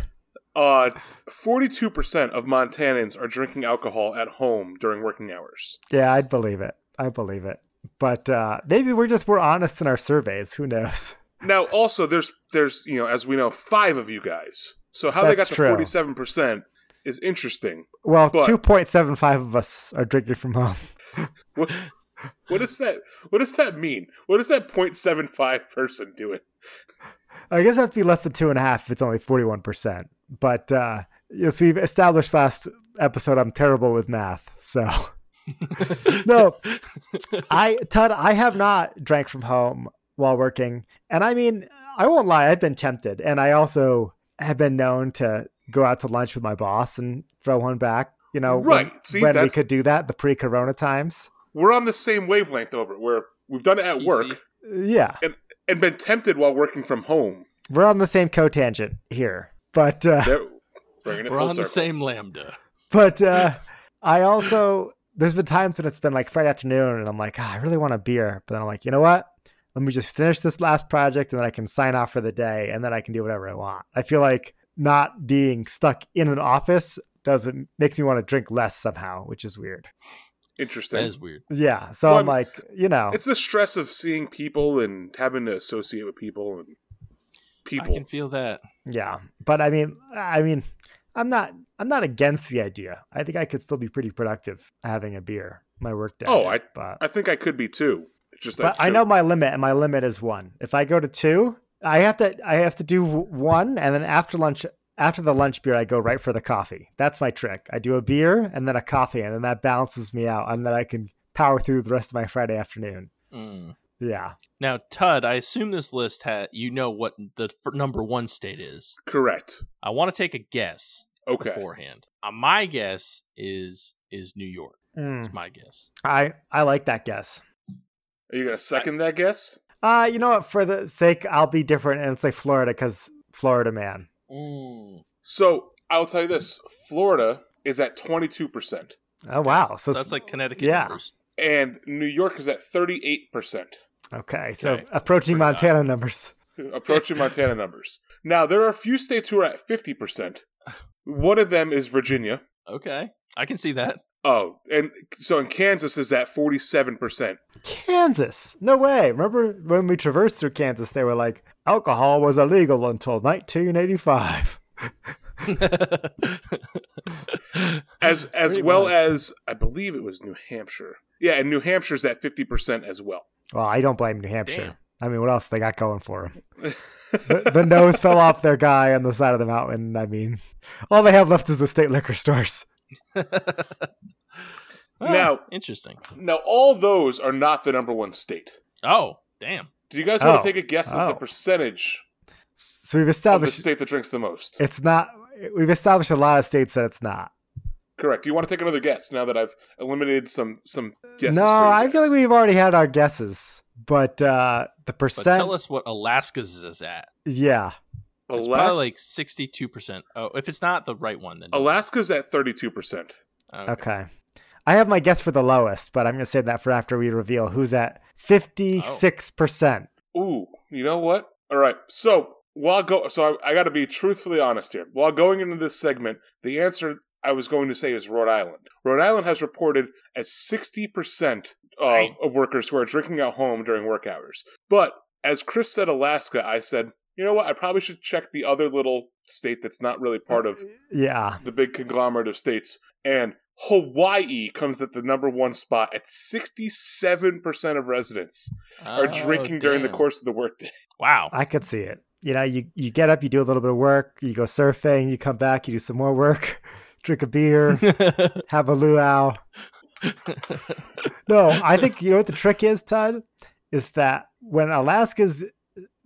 B: Uh, forty-two percent of Montanans are drinking alcohol at home during working hours.
C: yeah, I'd believe it. I believe it. But uh, maybe we're just we're honest in our surveys. Who knows?
B: Now, also, there's there's you know, as we know, five of you guys. So how they got
C: That's
B: to
C: true.
B: forty-seven percent is interesting.
C: Well,
B: But-
C: two point seven five of us are drinking from home.
B: What what does that what does that mean? What does that 0.75 person doing?
C: I guess it has to be less than two and a half if it's only forty-one percent. But uh, yes, we've established last episode I'm terrible with math. So no, I Todd, I have not drank from home while working, and I mean, I won't lie, I've been tempted, and I also have been known to go out to lunch with my boss and throw one back. You know, when-
B: Right. See,
C: when we
B: that's-
C: could do that, the pre-corona times.
B: We're on the same wavelength over it. Where we've done it at
A: PC.
B: work
C: Yeah,
B: and been tempted while working from home.
C: we're on the same cotangent here, but. Uh,
B: There, bringing it
A: We're
B: full
A: on
B: circle.
A: the same lambda.
C: but uh, I also there's been times when it's been like Friday afternoon and I'm like, "Ah, I really want a beer, but then I'm like, you know what? Let me just finish this last project and then I can sign off for the day and then I can do whatever I want. I feel like not being stuck in an office doesn't makes me want to drink less somehow, which is weird.
B: Interesting.
A: That is weird.
C: Yeah, so
B: Well,
C: I'm like, you know,
B: It's the stress of seeing people and having to associate with people and people.
A: I can feel that.
C: yeah, but I mean, I mean, I'm not I'm not against the idea. I think I could still be pretty productive having a beer my work day.
B: Oh, I-
C: but
B: I think I could be too. It's just
C: but
B: I,
C: I know my limit, and my limit is one. If I go to two, I have to I have to do w- one, and then after lunch, after the lunch beer, I go right for the coffee. That's my trick. I do a beer and then a coffee, and then that balances me out, and then I can power through the rest of my Friday afternoon.
A: Mm.
C: Yeah,
A: Now, Tud, I assume this list had you know what the f- number one state is.
B: correct.
A: I want to take a guess
B: Okay.
A: beforehand. Uh, my guess is is New York.
B: Hmm.
C: Mm.
A: That's my guess.
C: I I like that guess.
B: Are you gonna second that guess?
C: Uh, you know what? For the sake, I'll be different and say Florida because Florida man.
A: Mm.
B: So I'll tell you this: Florida is at twenty two percent,
C: Oh wow, so
A: So that's like Connecticut
C: yeah.
A: numbers.
B: and New York is at thirty eight percent.
C: Okay, so
A: Okay.
C: approaching
A: We're not-
C: Montana numbers.
B: approaching Montana numbers. Now, there are a few states who are at 50%. One of them is Virginia.
A: Okay, I can see that.
B: Oh, and so in Kansas is at 47%.
C: Kansas. No way. Remember when we traversed through Kansas, they were like, alcohol was illegal until 1985.
B: As as
A: Pretty
B: well
A: much.
B: as I believe it was New Hampshire. Yeah, and New Hampshire's at 50% as well.
C: Well, I don't blame New Hampshire.
A: Damn.
C: I mean, what else they got going for them? The, the nose fell off their guy on the side of the mountain. I mean, all they have left is the state liquor stores.
A: Well,
B: Now-
A: Ah, interesting.
B: Now, all those are not the number one state.
A: Oh, damn.
B: Do you guys want
C: Oh.
B: to take a guess at the
C: Oh.
B: percentage
C: So we've
B: of the
C: established
B: state that drinks the most?
C: it's not. We've established a lot of states that it's not.
B: Correct. Do you want to take another guess now that I've eliminated some some guesses?
C: no,
B: for you
C: I
B: guys?
C: feel like we've already had our guesses, but uh, the
A: But
C: percent,
A: tell us what Alaska's is at.
C: yeah,
A: It's
B: Alas-
A: probably like sixty-two percent. Oh, if it's not the right one, then
B: Alaska's at thirty two percent.
A: okay.
C: okay. I have my guess for the lowest, but I'm gonna save that for after we reveal who's at fifty-six percent.
B: Ooh, you know what? All right. So while go, so I, I got to be truthfully honest here. While going into this segment, the answer I was going to say is Rhode Island. Rhode Island has reported as sixty percent of,
A: Right.
B: of workers who are drinking at home during work hours. But as Chris said, Alaska, I said, you know what? I probably should check the other little state that's not really part of
C: Yeah,
B: the big conglomerate of states, and Hawaii comes at the number one spot at 67% of residents are
A: Oh,
B: drinking during the
A: damn.
B: course of the workday.
A: Wow.
C: I could see it. You know, you you get up, you do a little bit of work, you go surfing, you come back, you do some more work, drink a beer, have a luau. No, I think you know what the trick is, Todd, is that when Alaska's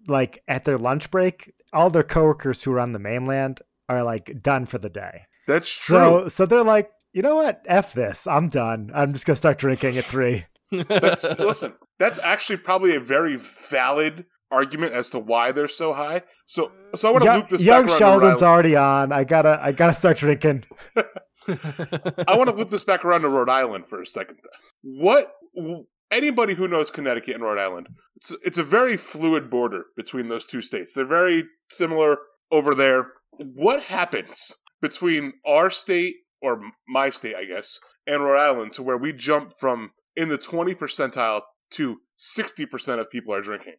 C: like at their lunch break, all their coworkers who are on the mainland are like done for the day.
B: That's
C: So so they're like, you know what? F this. I'm done. I'm just gonna start drinking at three.
B: That's, listen, that's actually probably a very valid argument as to why they're so high. So, so I want to
C: Young-
B: loop this
C: young
B: back around. to Rhode Island.
C: Sheldon's already on. I gotta I gotta start drinking.
B: I want to loop this back around to Rhode Island for a second. What anybody who knows Connecticut and Rhode Island, it's, it's a very fluid border between those two states. They're very similar over there. What happens between our state or my state, I guess, and Rhode Island to where we jump from in the 20 percentile to 60% of people are drinking?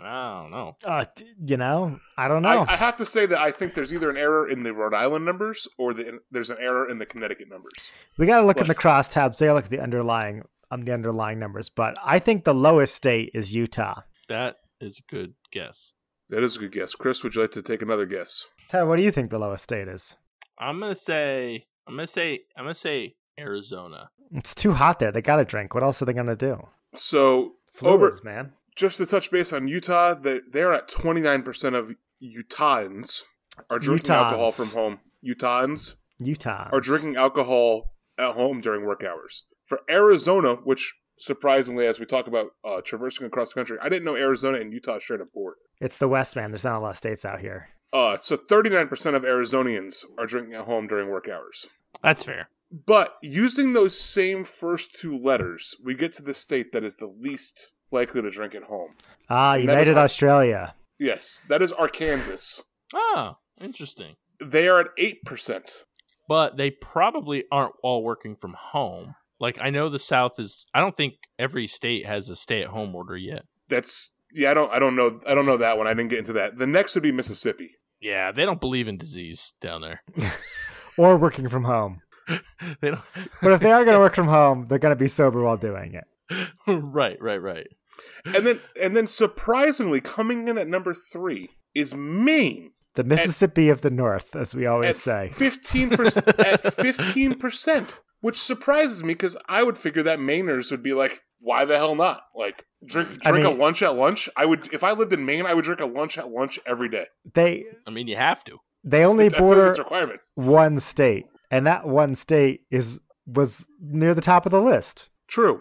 A: I don't know.
C: Uh, d- you know, I don't know.
B: I, I have to say that I think there's either an error in the Rhode Island numbers or the, there's an error in the Connecticut numbers.
C: we gotta look in the
B: Look.
C: crosstabs. We gotta look at the underlying um, the underlying numbers. But I think the lowest state is Utah.
A: That is a good guess.
B: That is a good guess. Chris, would you like to take another guess?
C: Todd, what do you think the lowest state is?
A: I'm gonna say. I'm gonna say. I'm gonna say Arizona.
C: It's too hot there. They gotta drink. What else are they gonna do?
B: So
C: Fluids,
B: Over-
C: man.
B: just to touch base on Utah, they they're at twenty nine percent of Utahans are drinking
C: Utahns.
B: alcohol from home. Utahns
C: Utah.
B: are drinking alcohol at home during work hours. For Arizona, which surprisingly, as we talk about uh, traversing across the country, I didn't know Arizona and Utah shared a border.
C: It's the West, man. There's not a lot of states out here.
B: Uh, so thirty nine percent of Arizonians are drinking at home during work hours.
A: That's fair.
B: But using those same first two letters, we get to the state that is the least likely to drink at home.
C: Ah,
B: And that
C: United
B: is not-
C: Australia.
B: Yes, that is Arkansas.
A: Oh, interesting.
B: They are at eight percent.
A: But they probably aren't all working from home. Like I know the South is. I don't think every state has a stay-at-home order yet.
B: That's yeah. I don't. I don't know. I don't know that one. I didn't get into that. The next would be Mississippi.
A: Yeah, they don't believe in disease down there.
C: Or working from home.
A: They don't.
C: But if they are going to work from home, they're going to be sober while doing it.
A: right, right, right.
B: And then and then surprisingly, coming in at number three is Maine
C: The Mississippi of the North, as we always
B: at
C: say.
B: fifteen percent. at fifteen percent, which surprises me because I would figure that Mainers would be like, why the hell not? Like drink
C: I
B: drink
C: mean-
B: a lunch at lunch. I would if I lived in Maine, I would drink a lunch at lunch every day.
C: They
A: I mean, you have to.
C: they only
B: It's- I feel like
C: border
B: it's a requirement.
C: one state, and that one state is was near the top of the list.
B: True.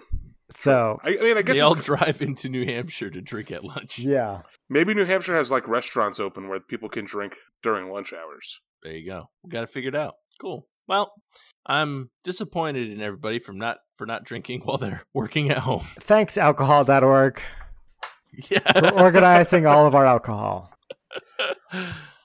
C: So
B: I, I mean, I guess
A: They all
B: it's
A: drive into New Hampshire to drink at lunch.
C: yeah,
B: Maybe New Hampshire has like restaurants open where people can drink during lunch hours.
A: There you go. We got it figured out. Cool. Well, I'm disappointed in everybody from not for not drinking while they're working at home.
C: thanks alcohol.org. We're
A: Yeah.
C: organizing all of our alcohol.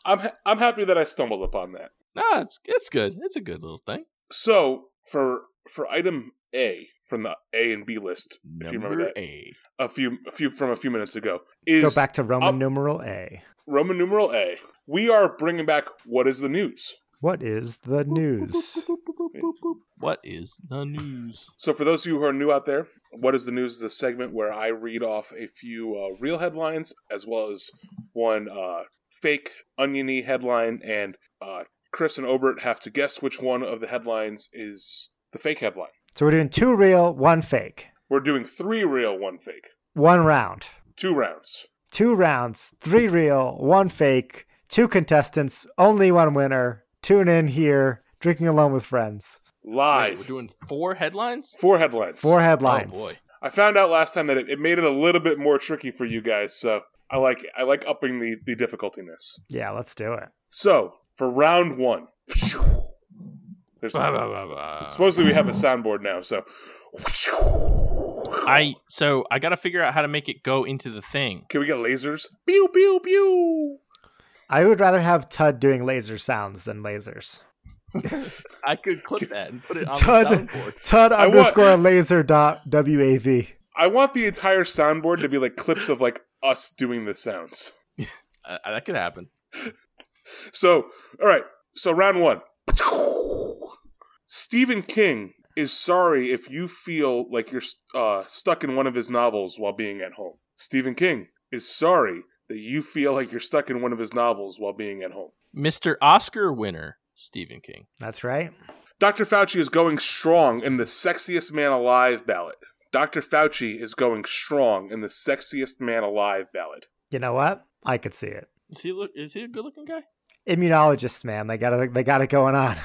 B: I'm ha- I'm happy that I stumbled upon that.
A: no, it's it's good. It's a good little thing.
B: So for for item A from the A and B list, if you remember
A: Number
B: that
A: A.
B: a few a few from a few minutes ago
C: Go
B: is
C: back to Roman
B: up-
C: numeral A.
B: Roman numeral A. We are bringing back what is the news.
C: What is the news?
A: What is the news?
B: So for those of you who are new out there, what is the news is a segment where I read off a few uh, real headlines as well as one uh, fake oniony headline, and uh, Chris and Obert have to guess which one of the headlines is the fake headline.
C: So we're doing two real, one fake,
B: We're doing three real, one fake,
C: one round.
B: two rounds.
C: two rounds, three real, one fake, two contestants, only one winner. Tune in here, drinking alone with friends.
A: Wait,
B: Live.
A: we're doing four headlines.
B: Four headlines.
C: Four headlines.
A: Oh boy.
B: I found out last time that it, it made it a little bit more tricky for you guys, so I like I like upping the the difficultiness.
C: Yeah, let's do it.
B: So for round one, there's
A: Bah, bah, bah, bah.
B: supposedly we have a soundboard now, so
A: I so I got to figure out how to make it go into the thing.
B: can we get lasers? Pew pew pew.
C: I would rather have Tud doing laser sounds than lasers.
A: I could clip that and put it on
C: Tud.
A: the soundboard.
C: Tud
B: I want-
C: underscore laser dot wav.
B: I want the entire soundboard to be like clips of like us doing the sounds.
A: Uh, that could happen.
B: So all right, so round one. Stephen King is sorry if you feel like you're uh, stuck in one of his novels while being at home. Stephen King is sorry that you feel like you're stuck in one of his novels while being at home.
A: Mr. Oscar winner Stephen King.
C: That's right.
B: Dr. Fauci is going strong in the Sexiest Man Alive ballot. Dr. Fauci is going strong in the Sexiest Man Alive ballot.
C: You know what? I could see it.
A: Is he look? Is he a good looking guy?
C: Immunologists, man, they got it. They got it going on.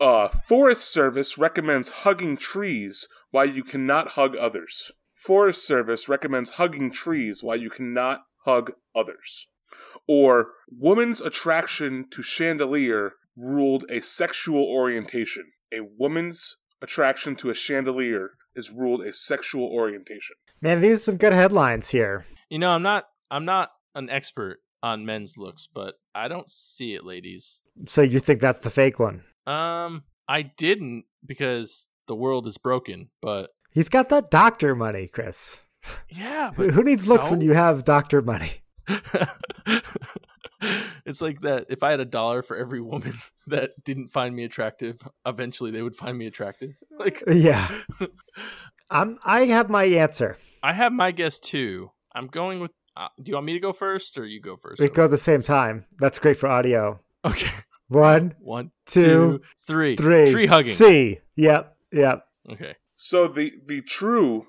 B: Uh, Forest Service recommends hugging trees while you cannot hug others. Forest Service recommends hugging trees while you cannot hug others. Or woman's attraction to chandelier ruled a sexual orientation. A woman's attraction to a chandelier is ruled a sexual orientation.
C: Man, these are some good headlines here.
A: You know, I'm not. I'm not an expert on men's looks, but I don't see it, ladies.
C: So you think that's the fake one?
A: Um, I didn't because the world is broken. But
C: He's got that doctor money, Chris.
A: yeah,
C: Who
A: but
C: who needs looks
A: so?
C: when you have doctor money?
A: it's like that. If I had a dollar for every woman that didn't find me attractive, eventually they would find me attractive. Like
C: Yeah. I'm I have my answer.
A: I have my guess too. I'm going with. Uh, do you want me to go first or you go first?
C: We go at the same time. That's great for audio.
A: Okay.
C: One,
A: One,
C: two,
A: two, three.
C: three.
A: Tree hugging.
C: C. Yep. Yep.
A: Okay.
B: So the the true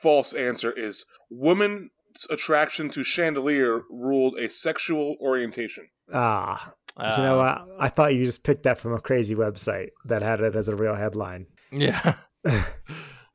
B: false answer is woman's attraction to chandelier ruled a sexual orientation.
C: Ah.
A: Uh,
C: you know what? I thought you just picked that from a crazy website that had it as a real headline.
A: Yeah.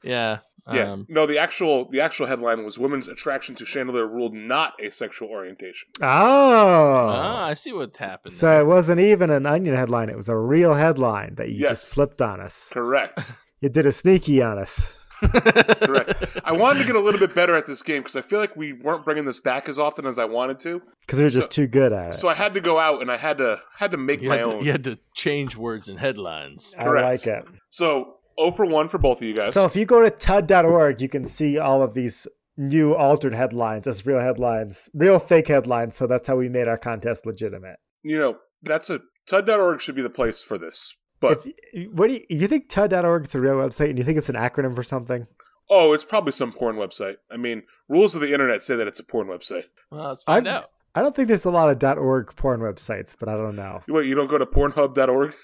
A: yeah.
B: Yeah.
A: Um,
B: no, the actual the actual headline was women's attraction to chandelier ruled not a sexual orientation.
C: Oh.
A: ah, I see what happened.
C: so it wasn't even an onion headline, it was a real headline that you
B: Yes.
C: just slipped on us.
B: Correct.
C: You did a sneaky on us.
B: Correct. I wanted to get a little bit better at this game because I feel like we weren't bringing this back as often as I wanted to.
C: Because we were just
B: So-
C: too good at it.
B: So I had to go out and I had to had to make
A: you,
B: my
A: had to,
B: own.
A: you had to change words and headlines.
C: I
B: correct.
C: like it.
B: So 0 for 1 for both of you guys.
C: So if you go to tud.org, you can see all of these new altered headlines as real headlines, real fake headlines. So that's how we made our contest legitimate.
B: you know, that's a tud.org should be the place for this. But
C: If, what do you, you think tud.org is a real website and you think it's an acronym for something?
B: Oh, it's probably some porn website. I mean, rules of the internet say that it's a porn website.
A: Well, let's find
C: I've-
A: out.
C: I don't think there's a lot of .org porn websites, but I don't know.
B: Wait, you don't go to pornhub.org?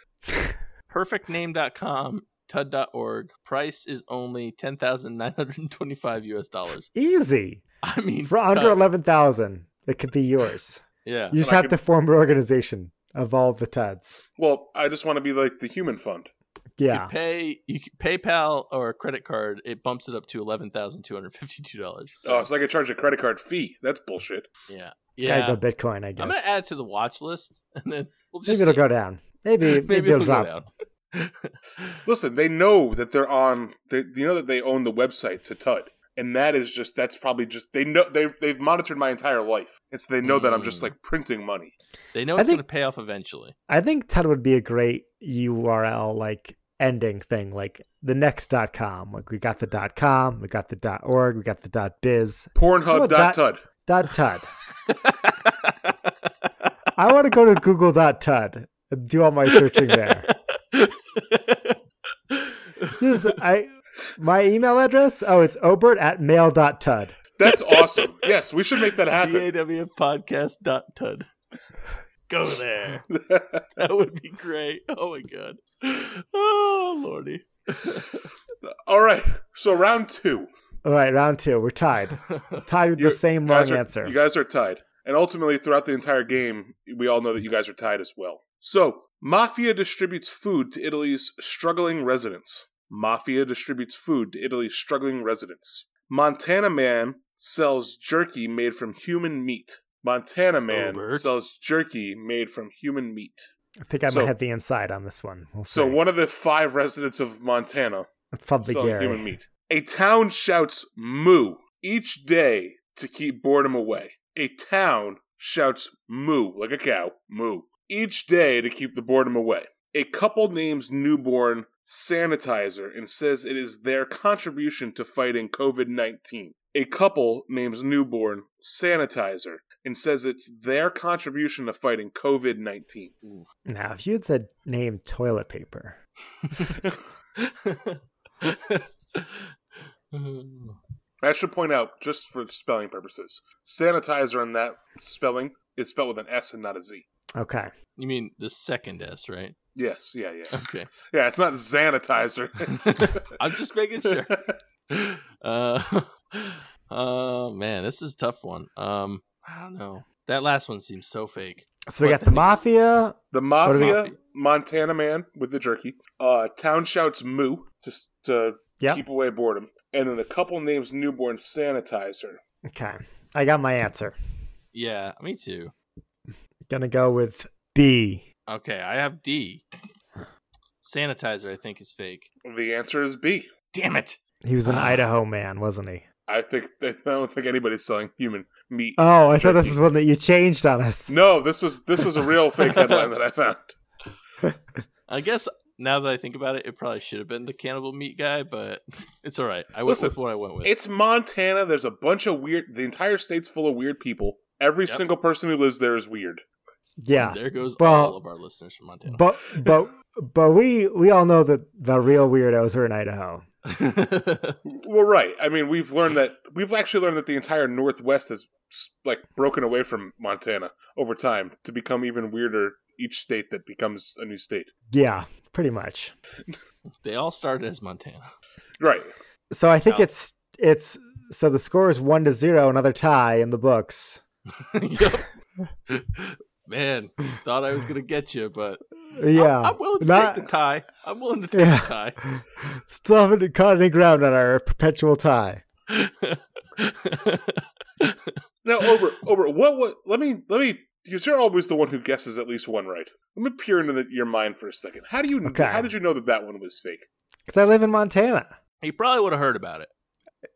A: Perfectname.com, tud.org. Price is only 10,925 US dollars.
C: Easy.
A: I mean,
C: For under
A: Tud.
C: 11,000, it could be yours.
A: Yeah.
C: You just
B: And I
C: have to form an organization of all the tuds.
B: Well, I just want to be like the human fund.
A: You
C: Yeah.
A: could pay you could PayPal or a credit card, it bumps it up to eleven thousand two hundred fifty two dollars.
B: Oh, so I could charge a credit card fee. That's bullshit.
A: yeah,
C: Gotta
A: yeah.
C: go Bitcoin, I guess.
A: I'm gonna add it to the watch list, and then we'll just
C: maybe it'll
A: see.
C: go down. Maybe, maybe,
A: go
C: it'll, drop.
A: down.
B: Listen, they know that they're on, they, you know that they own the website to TUD. and that is just that's probably just they know they they've monitored my entire life, and so they know that I'm just
A: Mm.
B: like printing money.
A: They know
C: I
A: it's
C: think-
A: going to pay off eventually.
C: I think TED would be a great URL like ending thing, like the next dot com. Like we got the dot com, we got the dot org, we got the dot biz, How
B: Pornhub
C: about
B: dot
C: that-
B: tud.
C: dot tud. I want to go to Google dot tud and do all my searching there. This is, I my email address. Oh, it's obert at mail dot tud.
B: That's awesome. yes, we should make that happen.
A: TAWpodcast.tud. Go there. That would be great. Oh my god. Oh lordy.
B: All right, so round two.
C: All right, round two. We're tied. Tied with
B: You
C: the same
B: guys
C: wrong
B: are-
C: answer.
B: You guys are tied. And ultimately, throughout the entire game, we all know that you guys are tied as well. So, Mafia distributes food to Italy's struggling residents. Mafia distributes food to Italy's struggling residents. Montana Man sells jerky made from human meat. Montana Man
A: Obert.
B: sells jerky made from human meat.
C: I think I
B: so-
C: might have the inside on this one. We'll
B: So,
C: see.
B: one of the five residents of Montana
C: That's probably
B: selling
C: Gary.
B: human meat. A town shouts moo each day to keep boredom away. A town shouts moo, like a cow, moo, each day to keep the boredom away. A couple names newborn sanitizer and says it is their contribution to fighting COVID 19. A couple names newborn sanitizer and says it's their contribution to fighting COVID 19.
C: Now, if you had said name toilet paper,
B: I should point out, just for spelling purposes, sanitizer in that spelling is spelled with an S and not a Z.
C: okay.
A: you mean the second S, right?
B: Yes, yeah, yeah.
A: Okay.
B: Yeah, it's not sanitizer.
A: I'm just making sure. Uh, oh man, this is a tough one. Um, I don't know. That last one seems so fake.
C: So we
A: But
C: got the
A: then-
C: mafia.
B: the
C: about-
B: Mafia, Montana Man with the jerky, uh, Town Shouts Moo, just to
C: Yep.
B: keep away boredom, and then a couple names newborn sanitizer.
C: Okay. I got my answer.
A: Yeah, me too.
C: Gonna go with B.
A: Okay, I have D. Sanitizer, I think, is fake.
B: The answer is B.
A: Damn it!
C: He was an
A: Ah.
C: Idaho man, wasn't he?
B: I think I don't think anybody's selling human meat.
C: Oh, I thought this
B: Jerky.
C: is one that you changed on us.
B: no, this was this was a real fake headline that I found.
A: I guess now that I think about it, it probably should have been the cannibal meat guy, but it's all right. I went
B: Listen,
A: with what I went with.
B: It's Montana. There's a bunch of weird. The entire state's full of weird people. Every
A: Yep.
B: single person who lives there is weird.
C: Yeah.
A: there goes
C: Well,
A: all of our listeners from Montana.
C: But but but we we all know that the real weirdos are in Idaho.
B: Well, right. I mean, we've learned that we've actually learned that the entire Northwest is like broken away from Montana over time to become even weirder. Each state that becomes a new state.
C: Yeah, pretty much.
A: they all started as Montana.
B: Right.
C: So I think
A: Yeah.
C: it's it's so the score is one to zero, another tie in the books.
A: Yup. Man, thought I was gonna get you, but
C: Yeah.
A: I'm, I'm willing to
C: Not-
A: take the tie. I'm willing to take
C: Yeah.
A: the tie.
C: Still haven't caught any ground on our perpetual tie.
B: Now, over over what what? Let me let me because you're always the one who guesses at least one right. Let me peer into the, your mind for a second. How do you?
C: Okay.
B: How did you know that that one was fake?
C: Because I live in Montana.
A: he probably would have heard about it.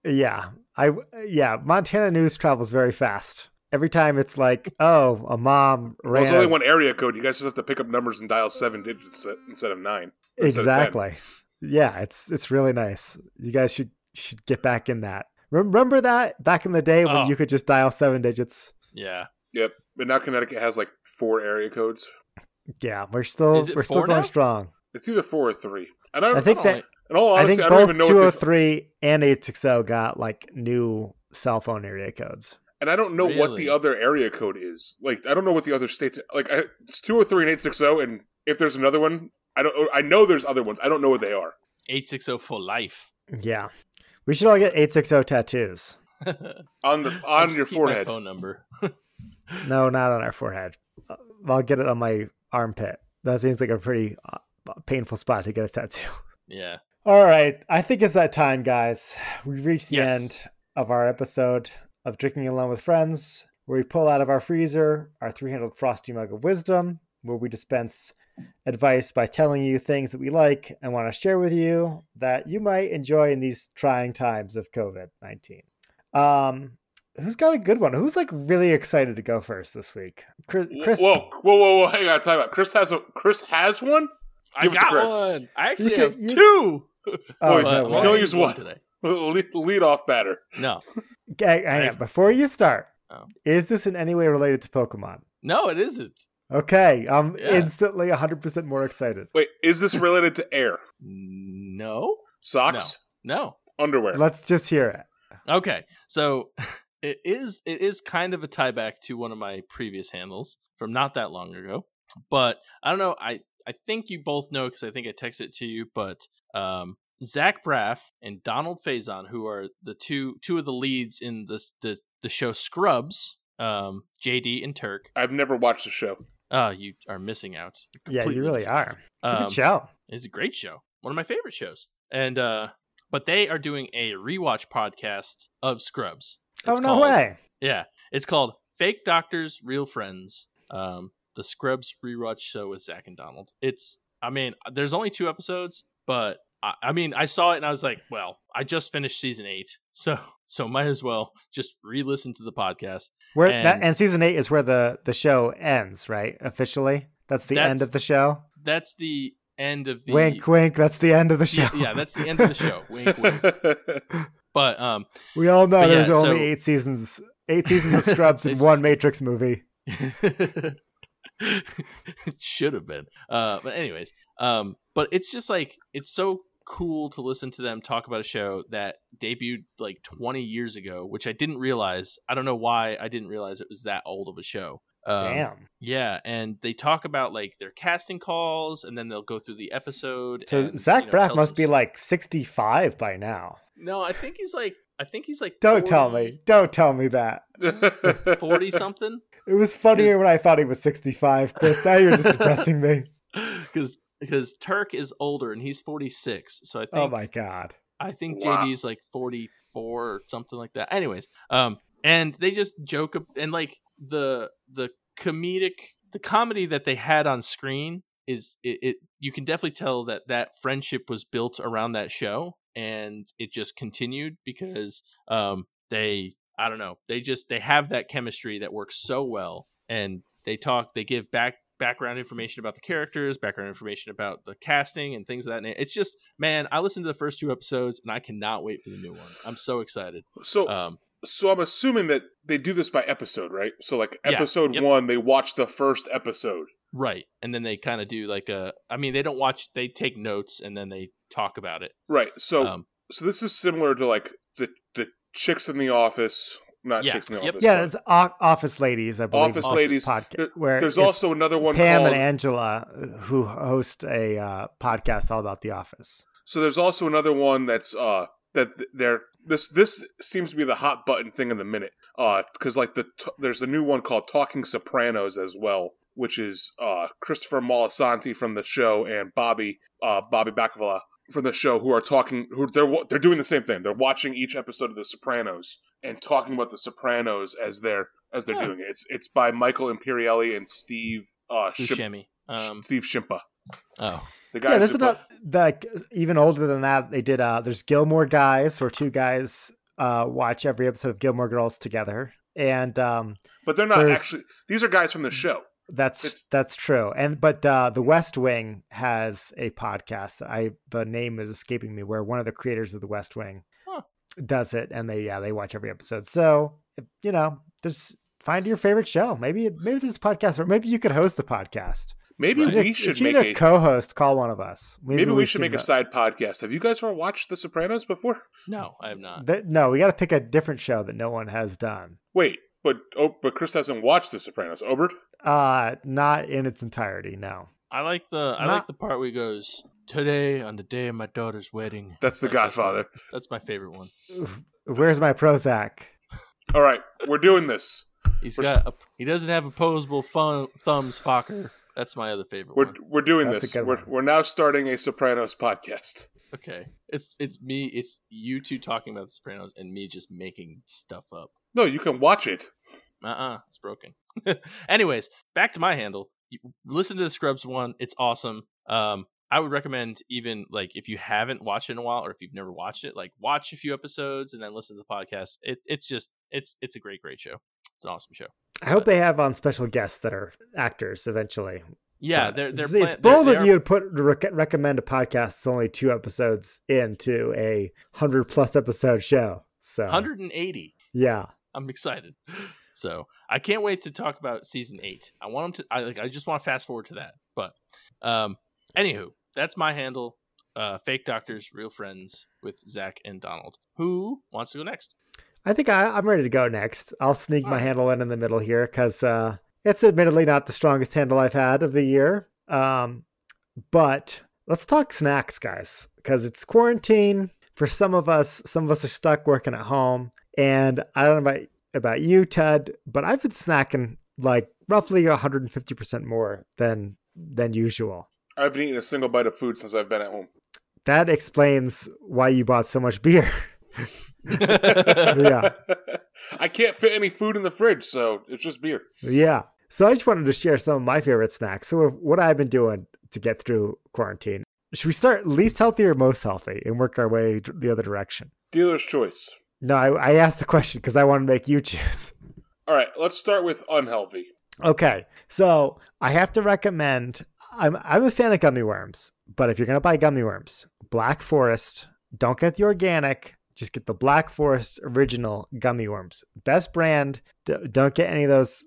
C: Yeah, I yeah. Montana news travels very fast. Every time it's like, oh, a mom
B: Well,
C: ran.
B: it's only one area code. You guys just have to pick up numbers and dial seven digits instead of nine. instead of ten.
C: exactly. Yeah, it's it's really nice. You guys should should get back in that. Rem- Remember that back in the day when
A: Oh.
C: you could just dial seven digits.
A: Yeah.
B: Yep. But now Connecticut has like four area codes.
C: Yeah, we're still
A: Is it
C: we're still
A: four
C: going
A: now?
C: strong.
B: It's either four or three. And I,
C: I think
A: don't
C: that
A: like-
B: in all
C: I
B: honesty,
C: think
B: Oh, I, don't
C: both
B: even know
C: two
B: what
C: hundred
B: the,
C: three and eight six zero got like new cell phone area codes.
B: and I don't know what the
A: Really?
B: other area code is. Like I don't know what the other states like. I, it's two hundred three and eight six zero, and if there's another one, I don't. I know there's other ones. I don't know what they are.
A: Eight six zero for life.
C: Yeah, we should all get eight six zero tattoos.
B: On the
A: I'll
B: on
A: just
B: your
A: keep my
B: forehead.
A: phone number.
C: No, not on our forehead. Uh, I'll get it on my armpit. That seems like a pretty uh, painful spot to get a tattoo.
A: Yeah.
C: All right. I think it's that time, guys. We've reached the
A: Yes.
C: end of our episode of Drinking Alone with Friends, where we pull out of our freezer our three handled frosty mug of wisdom, where we dispense advice by telling you things that we like and want to share with you that you might enjoy in these trying times of COVID 19. Um, who's got a good one? Who's like really excited to go first this week? Chris, Chris
B: Whoa, whoa, whoa, whoa! Hang on, time out. Chris has a Chris has one.
A: I
B: Give it to
A: got
B: Chris.
A: one. I actually
C: You
A: have
C: can- you-
A: two.
C: oh,
A: But
B: wait, we
C: no way.
A: I'm
B: only
A: gonna
B: use
A: use one
B: one.
A: today.
B: Lead, lead off batter.
A: No,
C: Okay, hang on. Before you start,
A: Oh.
C: is this in any way related to Pokemon?
A: no, it isn't.
C: Okay, I'm
A: Yeah.
C: instantly 100% more excited.
B: Wait, is this related to air?
A: No,
B: Socks,
A: no.
B: underwear.
C: Let's just hear it.
A: Okay, so it is it is kind of a tie back to one of my previous handles from not that long ago, but I don't know. I I think you both know because I think I texted it to you, but um, Zach Braff and Donald Faison, who are the two two of the leads in the the, the show Scrubs, um, JD and Turk.
B: I've never watched the show.
A: Uh, you are missing out.
C: Yeah, you
A: Completely
C: really
A: missing
C: are. It's a
A: Um,
C: good show.
A: it's a great show. One of my favorite shows. And uh but they are doing a rewatch podcast of Scrubs.
C: Oh,
A: It's
C: no
A: called-
C: way.
A: Yeah. It's called Fake Doctors, Real Friends. Um the Scrubs rewatch show with Zach and Donald. It's I mean, there's only two episodes, but I, I mean, I saw it and I was like, well, I just finished season 8. So so might as well just re-listen to the podcast.
C: Where
A: and-
C: that and season eight is where the the show ends, right? Officially, that's the end
A: That's
C: of the show.
A: That's the end of the
C: wink, wink. That's the end of the show.
A: Yeah, yeah, that's the end of the show. Wink, wink. But um
C: we all know
A: But
C: there's
A: yeah,
C: only
A: so-
C: eight seasons, eight seasons of Scrubs and one Matrix movie.
A: it should have been. Uh, but anyways, um, but it's just like it's so cool to listen to them talk about a show that debuted like 20 years ago, which I didn't realize. I don't know why I didn't realize it was that old of a show. Um,
C: Damn.
A: Yeah, and they talk about like their casting calls, and then they'll go through the episode.
C: So
A: and,
C: Zach
A: you know,
C: Braff
A: tell
C: must
A: some
C: be
A: s-
C: like 65 by now.
A: no, I think he's like, I think he's like,
C: Don't tell me. Don't tell me that.
A: forty something.
C: It was funnier
A: Is-
C: when I thought he was 65, Chris. Now you're just depressing me.
A: because because Turk is older and he's 46. So I think
C: Oh my god.
A: I think
B: Wow.
A: JD's like 44 or something like that. Anyways, um and they just joke ab- and like the the comedic the comedy that they had on screen is it, it you can definitely tell that that friendship was built around that show and it just continued because um they I don't know. They just they have that chemistry that works so well and they talk they give back background information about the characters, background information about the casting and things of that nature. It's just man, I listened to the first two episodes and I cannot wait for the new one. I'm so excited.
B: so,
A: Um
B: so I'm assuming that they do this by episode, right? So, like
A: Yeah,
B: episode
A: yep.
B: one, they watch the first episode.
A: right. And then they kind of do like a I mean, they don't watch they take notes and then they talk about it.
B: Right. So,
A: um
B: so this is similar to like the the chicks in the office, not
A: Yeah,
B: chicks in the
A: yep.
B: office.
C: Yeah,
B: but
C: it's o- Office Ladies, I believe.
B: Office
C: is the
B: Ladies. There-
C: podcast. Where
B: There's
C: it's
B: also another one
C: Pam
B: called
C: and Angela uh, who host a uh, podcast all about The Office.
B: So there's also another one that's uh that th- they're this this seems to be the hot button thing in the minute uh because like the t- there's a new one called Talking Sopranos as well which is uh Christopher Molasanti from the show and Bobby uh Bobby Bacala from the show who are talking who they're wa- they're doing the same thing they're watching each episode of the Sopranos and talking about the Sopranos as they're as they're
A: Huh.
B: doing it it's it's by Michael Imperielli and Steve uh Shim-
A: Buscemi. Um
B: Steve Shimpa
A: oh.
B: the guys
C: Yeah, there's
B: who play-
C: about like even older than that. They did. Uh, there's Gilmore Guys, where two guys uh, watch every episode of Gilmore Girls together, and um,
B: but they're not
C: there's- Hmm.
B: actually these are guys from the show
C: that's
B: It's-
C: that's true. And but uh, the West Wing has a podcast. that I the name is escaping me. Where one of the creators of the West Wing
A: Huh.
C: does it, and they yeah they watch every episode. So you know, there's find your favorite show. Maybe maybe this is a podcast, or maybe you could host a podcast.
B: Maybe
A: Right.
B: we
C: If-
B: should
C: if you
B: make
C: need
B: a
C: a co-host. Call one of us.
B: maybe, we
C: we've
B: should
C: seen
B: make a
C: the-
B: side podcast. Have you guys ever watched The Sopranos before?
A: No, I have not.
C: Th- no, we got to pick a different show that no one has done.
B: Wait, but oh, but Chris hasn't watched The Sopranos. Obert,
C: Uh, not in its entirety. No.
A: I like the I
C: Not-
A: like the part where he goes today on the day of my daughter's wedding.
B: that's The
A: Like, that's
B: Godfather.
A: my- That's my favorite one.
C: Oof. Where's my Prozac?
B: All right, we're doing this.
A: He's
B: We're-
A: got a, he doesn't have opposable thumb, thumbs, Fokker. That's my other favorite
B: We're
A: one.
B: we're doing
C: That's a
B: this.
C: good
B: We're
C: one.
B: we're now starting a Sopranos podcast.
A: Okay, it's it's me, it's you two talking about The Sopranos and me just making stuff up. Uh-uh,
B: No, you can watch it.
A: Uh uh it's broken. Anyways, back to my handle. listen to the Scrubs one. It's awesome. Um, I would recommend even like if you haven't watched it in a while or if you've never watched it, like watch a few episodes and then listen to the podcast. It, it's just it's it's a great great show. It's an awesome show.
C: I hope they have on special guests that are actors eventually.
A: Yeah,
C: But
A: they're they're
C: it's,
A: plan-
C: it's
A: they're-
C: bold
A: they
C: of
A: are-
C: you to put rec- recommend a podcast that's only two episodes into a hundred plus episode show. So
A: 180.
C: yeah,
A: I'm excited. So I can't wait to talk about season eight. I want them to. I like. I just want to fast forward to that. But, um, anywho, that's my handle. Uh, fake doctors, real friends with Zach and Donald. Who wants to go next?
C: I think I, I'm ready to go next. I'll sneak my
A: Alright.
C: handle in in the middle here because uh, it's admittedly not the strongest handle I've had of the year. Um, but let's talk snacks, guys, because it's quarantine for some of us. Some of us are stuck working at home, and I don't know about about you, Ted, but I've been snacking like roughly 150 percent more than than usual.
B: I haven't eaten a single bite of food since I've been at home.
C: That explains why you bought so much beer. Yeah.
B: I can't fit any food in the fridge, so it's just beer.
C: Yeah. So I just wanted to share some of my favorite snacks. So what I've been doing to get through quarantine. Should we start least healthy or most healthy and work our way d- the other direction?
B: Dealer's choice.
C: No, I, I asked the question because I want to make you choose.
B: All right, let's start with unhealthy.
C: Okay. So I have to recommend I'm I'm a fan of gummy worms, but if you're gonna buy gummy worms, Black Forest, don't get the organic, just get the Black Forest original gummy worms. Best brand. D- don't get any of those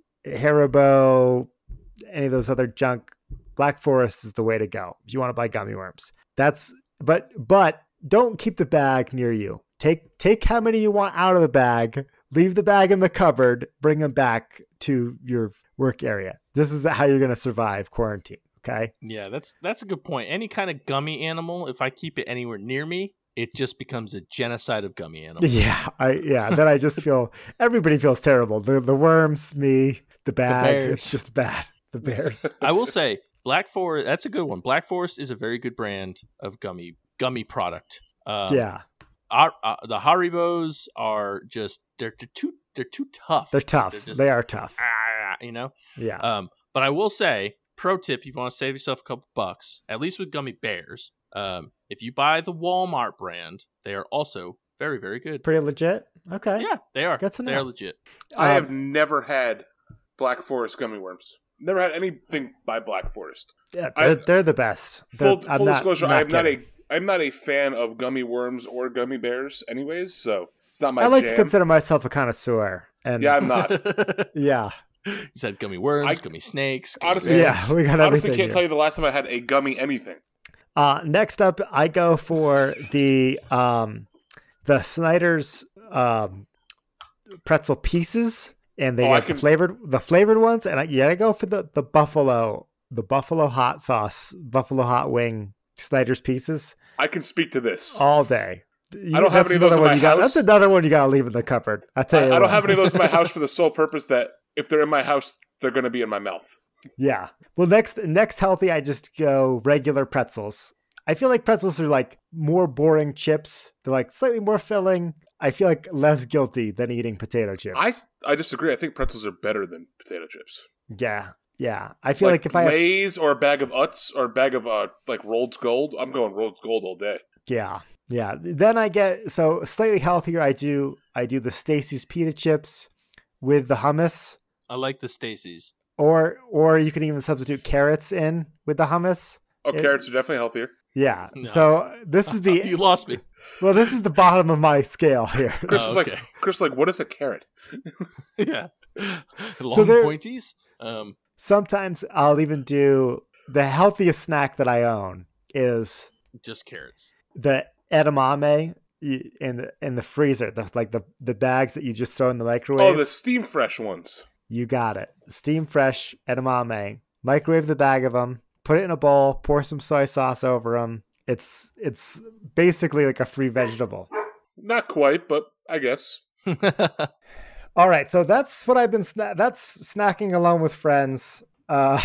C: Haribo, any of those other junk. Black Forest is the way to go if you want to buy gummy worms. That's but but don't keep the bag near you. Take take how many you want out of the bag. Leave the bag in the cupboard. Bring them back to your work area. This is how you're going to survive quarantine. Okay.
A: Yeah, that's that's a good point. Any kind of gummy animal, if I keep it anywhere near me, it just becomes a genocide of gummy animals.
C: Yeah. I yeah. Then I just feel everybody feels terrible. The the worms, me, the bag. it's
A: bears.
C: just bad. The bears.
A: I will say Black Forest. That's a good one. Black Forest is a very good brand of gummy gummy product.
B: Uh,
A: Um,
C: yeah.
A: our, uh, the Haribos are just they're, they're too they're too tough.
C: They're tough.
A: they're just-
C: they are tough.
A: Ah, you know.
C: Yeah.
B: Uh,
A: Um, but I will say, pro tip: if you want to save yourself a couple bucks, at least with gummy bears, um, if you buy the Walmart brand, they are also very very good.
C: Pretty legit. Okay.
A: Yeah, they are.
C: Good to
A: They
C: know.
A: are legit.
B: I
C: Um,
B: have never had Black Forest gummy worms. Never had anything by Black Forest.
C: Yeah,
B: I-
C: they're, they're the best. They're-
B: Full,
C: I'm
B: full
C: not-
B: disclosure, I'm not
C: kidding.
B: a I'm not a fan of gummy worms or gummy bears, anyways. So it's not my.
C: I like
B: jam.
C: to consider myself a connoisseur. And
B: Yeah,
C: yeah,
B: I'm not.
A: He's had gummy worms,
B: I-
A: gummy snakes. gummy
B: Honestly,
A: bears.
C: yeah, we got
B: honestly
C: everything.
B: can't
C: here.
B: tell you the last time I had a gummy anything.
C: Uh, next up, I go for the um, the Snyder's um, pretzel pieces, and they
B: Oh, I
C: get the
B: can-
C: flavored the flavored ones. And I, yeah, I go for the the buffalo the buffalo hot sauce buffalo hot wing Snyder's pieces
B: I can speak to this.
C: all day. You-
B: don't have
C: that's
B: any of those
C: another
B: in
C: one
B: my
C: you got-
B: house.
C: That's another one you got to leave in the cupboard. I tell
B: I,
C: you,
B: I
C: what.
B: don't have any of those in my house for the sole purpose that if they're in my house, they're going to be in my mouth.
C: Yeah. Well, next next healthy, I just go regular pretzels. I feel like pretzels are like more boring chips. They're like slightly more filling. I feel like less guilty than eating potato chips.
B: I I disagree. I think pretzels are better than potato chips.
C: yeah yeah. I feel like, if I have,
B: Lay's or a bag of Utz or a bag of uh like Rolls Gold, I'm going Rolls Gold all day.
C: yeah yeah. Then I get so slightly healthier. I do I do the Stacy's pita chips with the hummus,
A: I like the Stacy's.
C: or or you can even substitute carrots in with the hummus.
B: Oh,
C: It-
B: carrots are definitely healthier.
C: Yeah.
A: No.
C: So this is
A: you
C: the
A: lost me.
C: well, this is the bottom of my scale here.
B: Chris
A: Oh,
B: is
A: okay.
B: like, Chris, is like, what is a carrot?
A: yeah. Long
C: there-
A: pointies. Um,
C: sometimes I'll even do the healthiest snack that I own is
A: just carrots.
C: the edamame y- in the in the freezer, the, like the the bags that you just throw in the microwave.
B: Oh, the steam fresh ones.
C: You got it. Steam fresh edamame. Microwave the bag of them. Put it in a bowl. Pour some soy sauce over them. It's it's basically like a free vegetable.
B: Not quite, but I guess.
C: All right, so that's what I've been. Sna- that's snacking along with friends. Uh,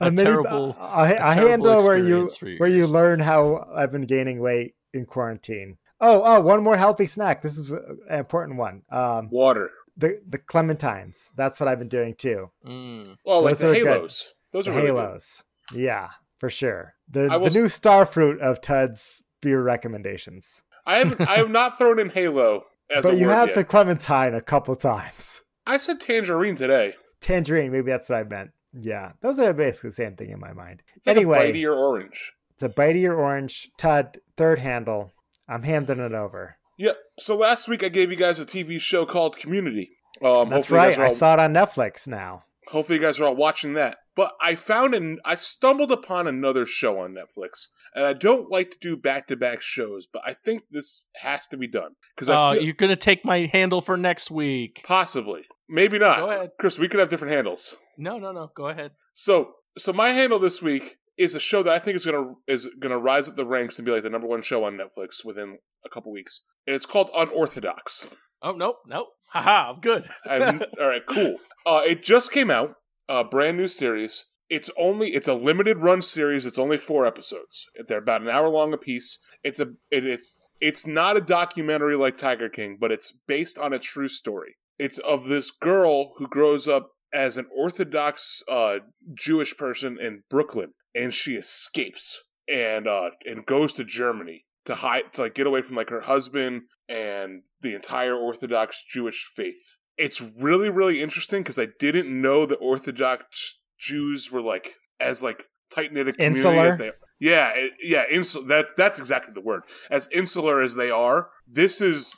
A: a
C: mini-
A: terrible.
C: a, a
A: terrible
C: handle where you
A: experience for you
C: where you
A: guys.
C: learn how I've been gaining weight in quarantine. Oh, oh, one more healthy snack. This is an important one. Um,
B: Water.
C: the the clementines. That's what I've been doing too.
A: Mm.
B: Well, Oh, like
C: Those
B: the
C: are good.
B: halos. Those are
C: The
B: really good.
C: halos. Yeah, for sure. The
B: I will
C: the new star fruit of Tud's beer recommendations.
B: I haven't. I have not thrown in halo as
C: but
B: a
C: you
B: word
C: have
B: yet.
C: said clementine a couple times.
B: I said tangerine today.
C: Tangerine, maybe that's what I meant. Yeah, those are basically the same thing in my mind.
B: It's like
C: Anyway.
B: a bitey or orange.
C: It's a bitey or orange. Todd, third handle. I'm handing it over.
B: Yep. So last week I gave you guys a TV show called Community. Um,
C: That's
B: hopefully you guys
C: right.
B: are
C: I
B: all-
C: saw it on Netflix now.
B: Hopefully, you guys are all watching that. But I found and I stumbled upon another show on Netflix, and I don't like to do back to back shows, but I think this has to be done because I
A: Oh,
B: feel,
A: you're gonna take my handle for next week.
B: possibly, maybe not.
A: Go ahead.
B: Chris. We could have different handles.
A: No, no, no. Go ahead.
B: So, so my handle this week is a show that I think is gonna is gonna rise up the ranks and be like the number one show on Netflix within a couple weeks, and it's called Unorthodox.
A: Oh nope, nope. Haha, I'm good.
B: I'm, all right, cool. Uh, it just came out, a brand new series. It's only it's a limited run series. It's only four episodes. They're about an hour long apiece. It's a it, it's it's not a documentary like Tiger King, but it's based on a true story. It's of this girl who grows up as an Orthodox uh, Jewish person in Brooklyn, and she escapes and uh, and goes to Germany to hide to like get away from like her husband and the entire Orthodox Jewish faith. It's really really interesting because I didn't know the Orthodox Jews were like as like tight knit a community
C: Insular?
B: as they yeah it- yeah insul- that that's exactly the word as insular as they are. This is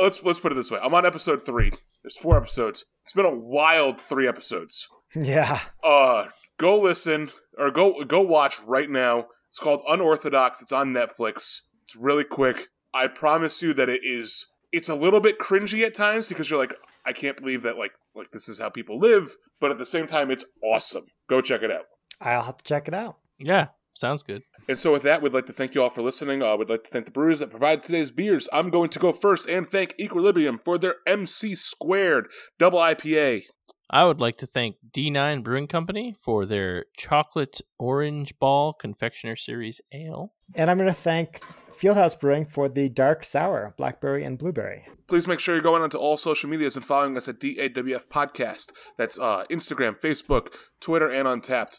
B: let's let's put it this way. I'm on episode three. There's four episodes. It's been a wild three episodes
C: Yeah.
B: uh go listen or go go watch right now it's called unorthodox it's on netflix it's really quick i promise you that it is it's a little bit cringy at times because you're like i can't believe that like like this is how people live but at the same time it's awesome go check it out
C: I'll have to check it out.
A: Yeah, sounds good.
B: and so with that we'd like to thank you all for listening i would like to thank the brewers that provided today's beers i'm going to go first and thank equilibrium for their mc squared double ipa
A: I would like to thank D9 Brewing Company for their chocolate orange ball confectioner series ale.
C: And I'm going to thank Fieldhouse Brewing for the dark sour, blackberry and blueberry.
B: Please make sure you're going onto all social medias and following us at DAWF Podcast. That's uh, Instagram, Facebook, Twitter, and Untapped,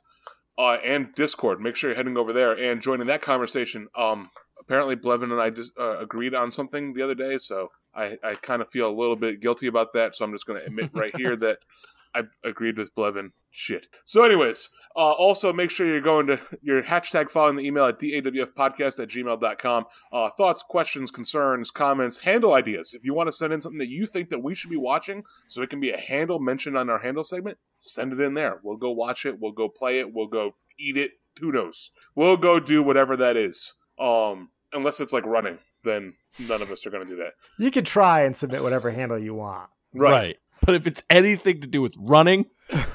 B: uh, and Discord. Make sure you're heading over there and joining that conversation. Um, apparently, Blevin and I dis- uh, agreed on something the other day, so I, I kind of feel a little bit guilty about that. So I'm just going to admit right here that I agreed with Blevin. Shit. So, anyways, uh, also make sure you're going to your hashtag following the email at dawfpodcast at gmail.com. Uh, thoughts, questions, concerns, comments, handle ideas. If you want to send in something that you think that we should be watching, so it can be a handle mentioned on our handle segment, send it in there. We'll go watch it. We'll go play it. We'll go eat it. Who knows? We'll go do whatever that is. Um, unless it's like running, then none of us are going to do that.
C: You can try and submit whatever handle you want.
A: But if it's anything to do with running,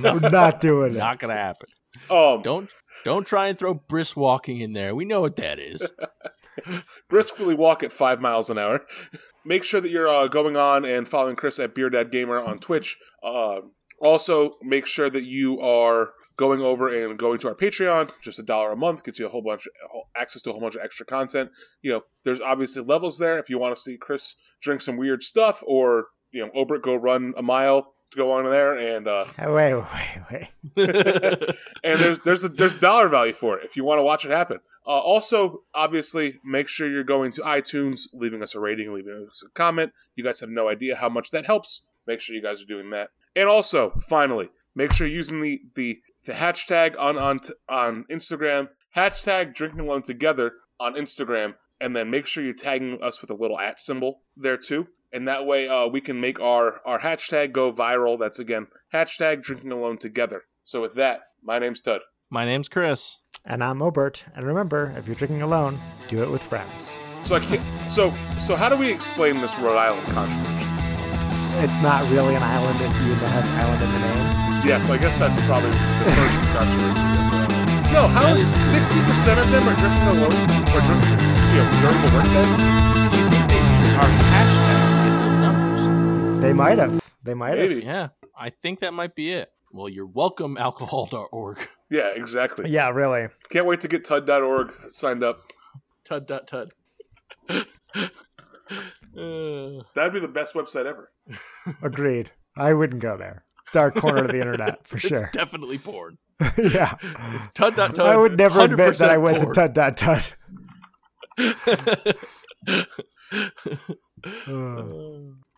A: No.
C: We're not doing it.
A: not gonna happen.
B: Um,
A: Don't don't try and throw brisk walking in there. We know what that is.
B: briskly walk at five miles an hour. Make sure that you're uh, going on and following Chris at Beer Dad Gamer on Twitch. Uh, also, make sure that you are going over and going to our Patreon. Just a dollar a month gets you a whole bunch, a whole- access to a whole bunch of extra content. You know, there's obviously levels there. If you want to see Chris drink some weird stuff, or you know, Obert go run a mile, go on there and uh,
C: Oh, Wait, wait, wait.
B: and there's there's a, there's dollar value for it if you want to watch it happen. Uh, also, obviously, make sure you're going to iTunes, leaving us a rating, leaving us a comment. You guys have no idea how much that helps. Make sure you guys are doing that. And also, finally, make sure you're using the the, the hashtag on on t- on Instagram hashtag Drinking Alone Together on Instagram, and then make sure you're tagging us with a little at symbol there too. And that way, uh, we can make our our hashtag go viral. That's again hashtag Drinking Alone Together. So with that, my name's Tud.
A: My name's Chris.
C: And I'm Obert. And remember, if you're drinking alone, do it with friends.
B: So I can't. So so how do we explain this Rhode Island controversy?
C: It's not really an island if you even have island in the name.
B: Yes, I guess that's probably the first controversy. No, how
A: That is-
B: sixty percent of them are drinking alone or drinking you know during the workday?
A: Do you think they use our hashtag to get those numbers?
C: They might have. They might have.
B: Maybe.
A: Yeah, I think that might be it. Well, you're welcome, alcohol.org.
B: Yeah, exactly.
C: Yeah, really.
B: Can't wait to get Tud.org signed up.
A: Tud dot tud. Uh,
B: That'd be the best website ever.
C: Agreed. I wouldn't go there. Dark corner of the internet for
A: it's
C: sure.
A: definitely porn.
C: yeah.
A: Tud dot tud.
C: I would never admit that I went to
A: 100%
C: tut dot tut.
A: porn.
C: Uh,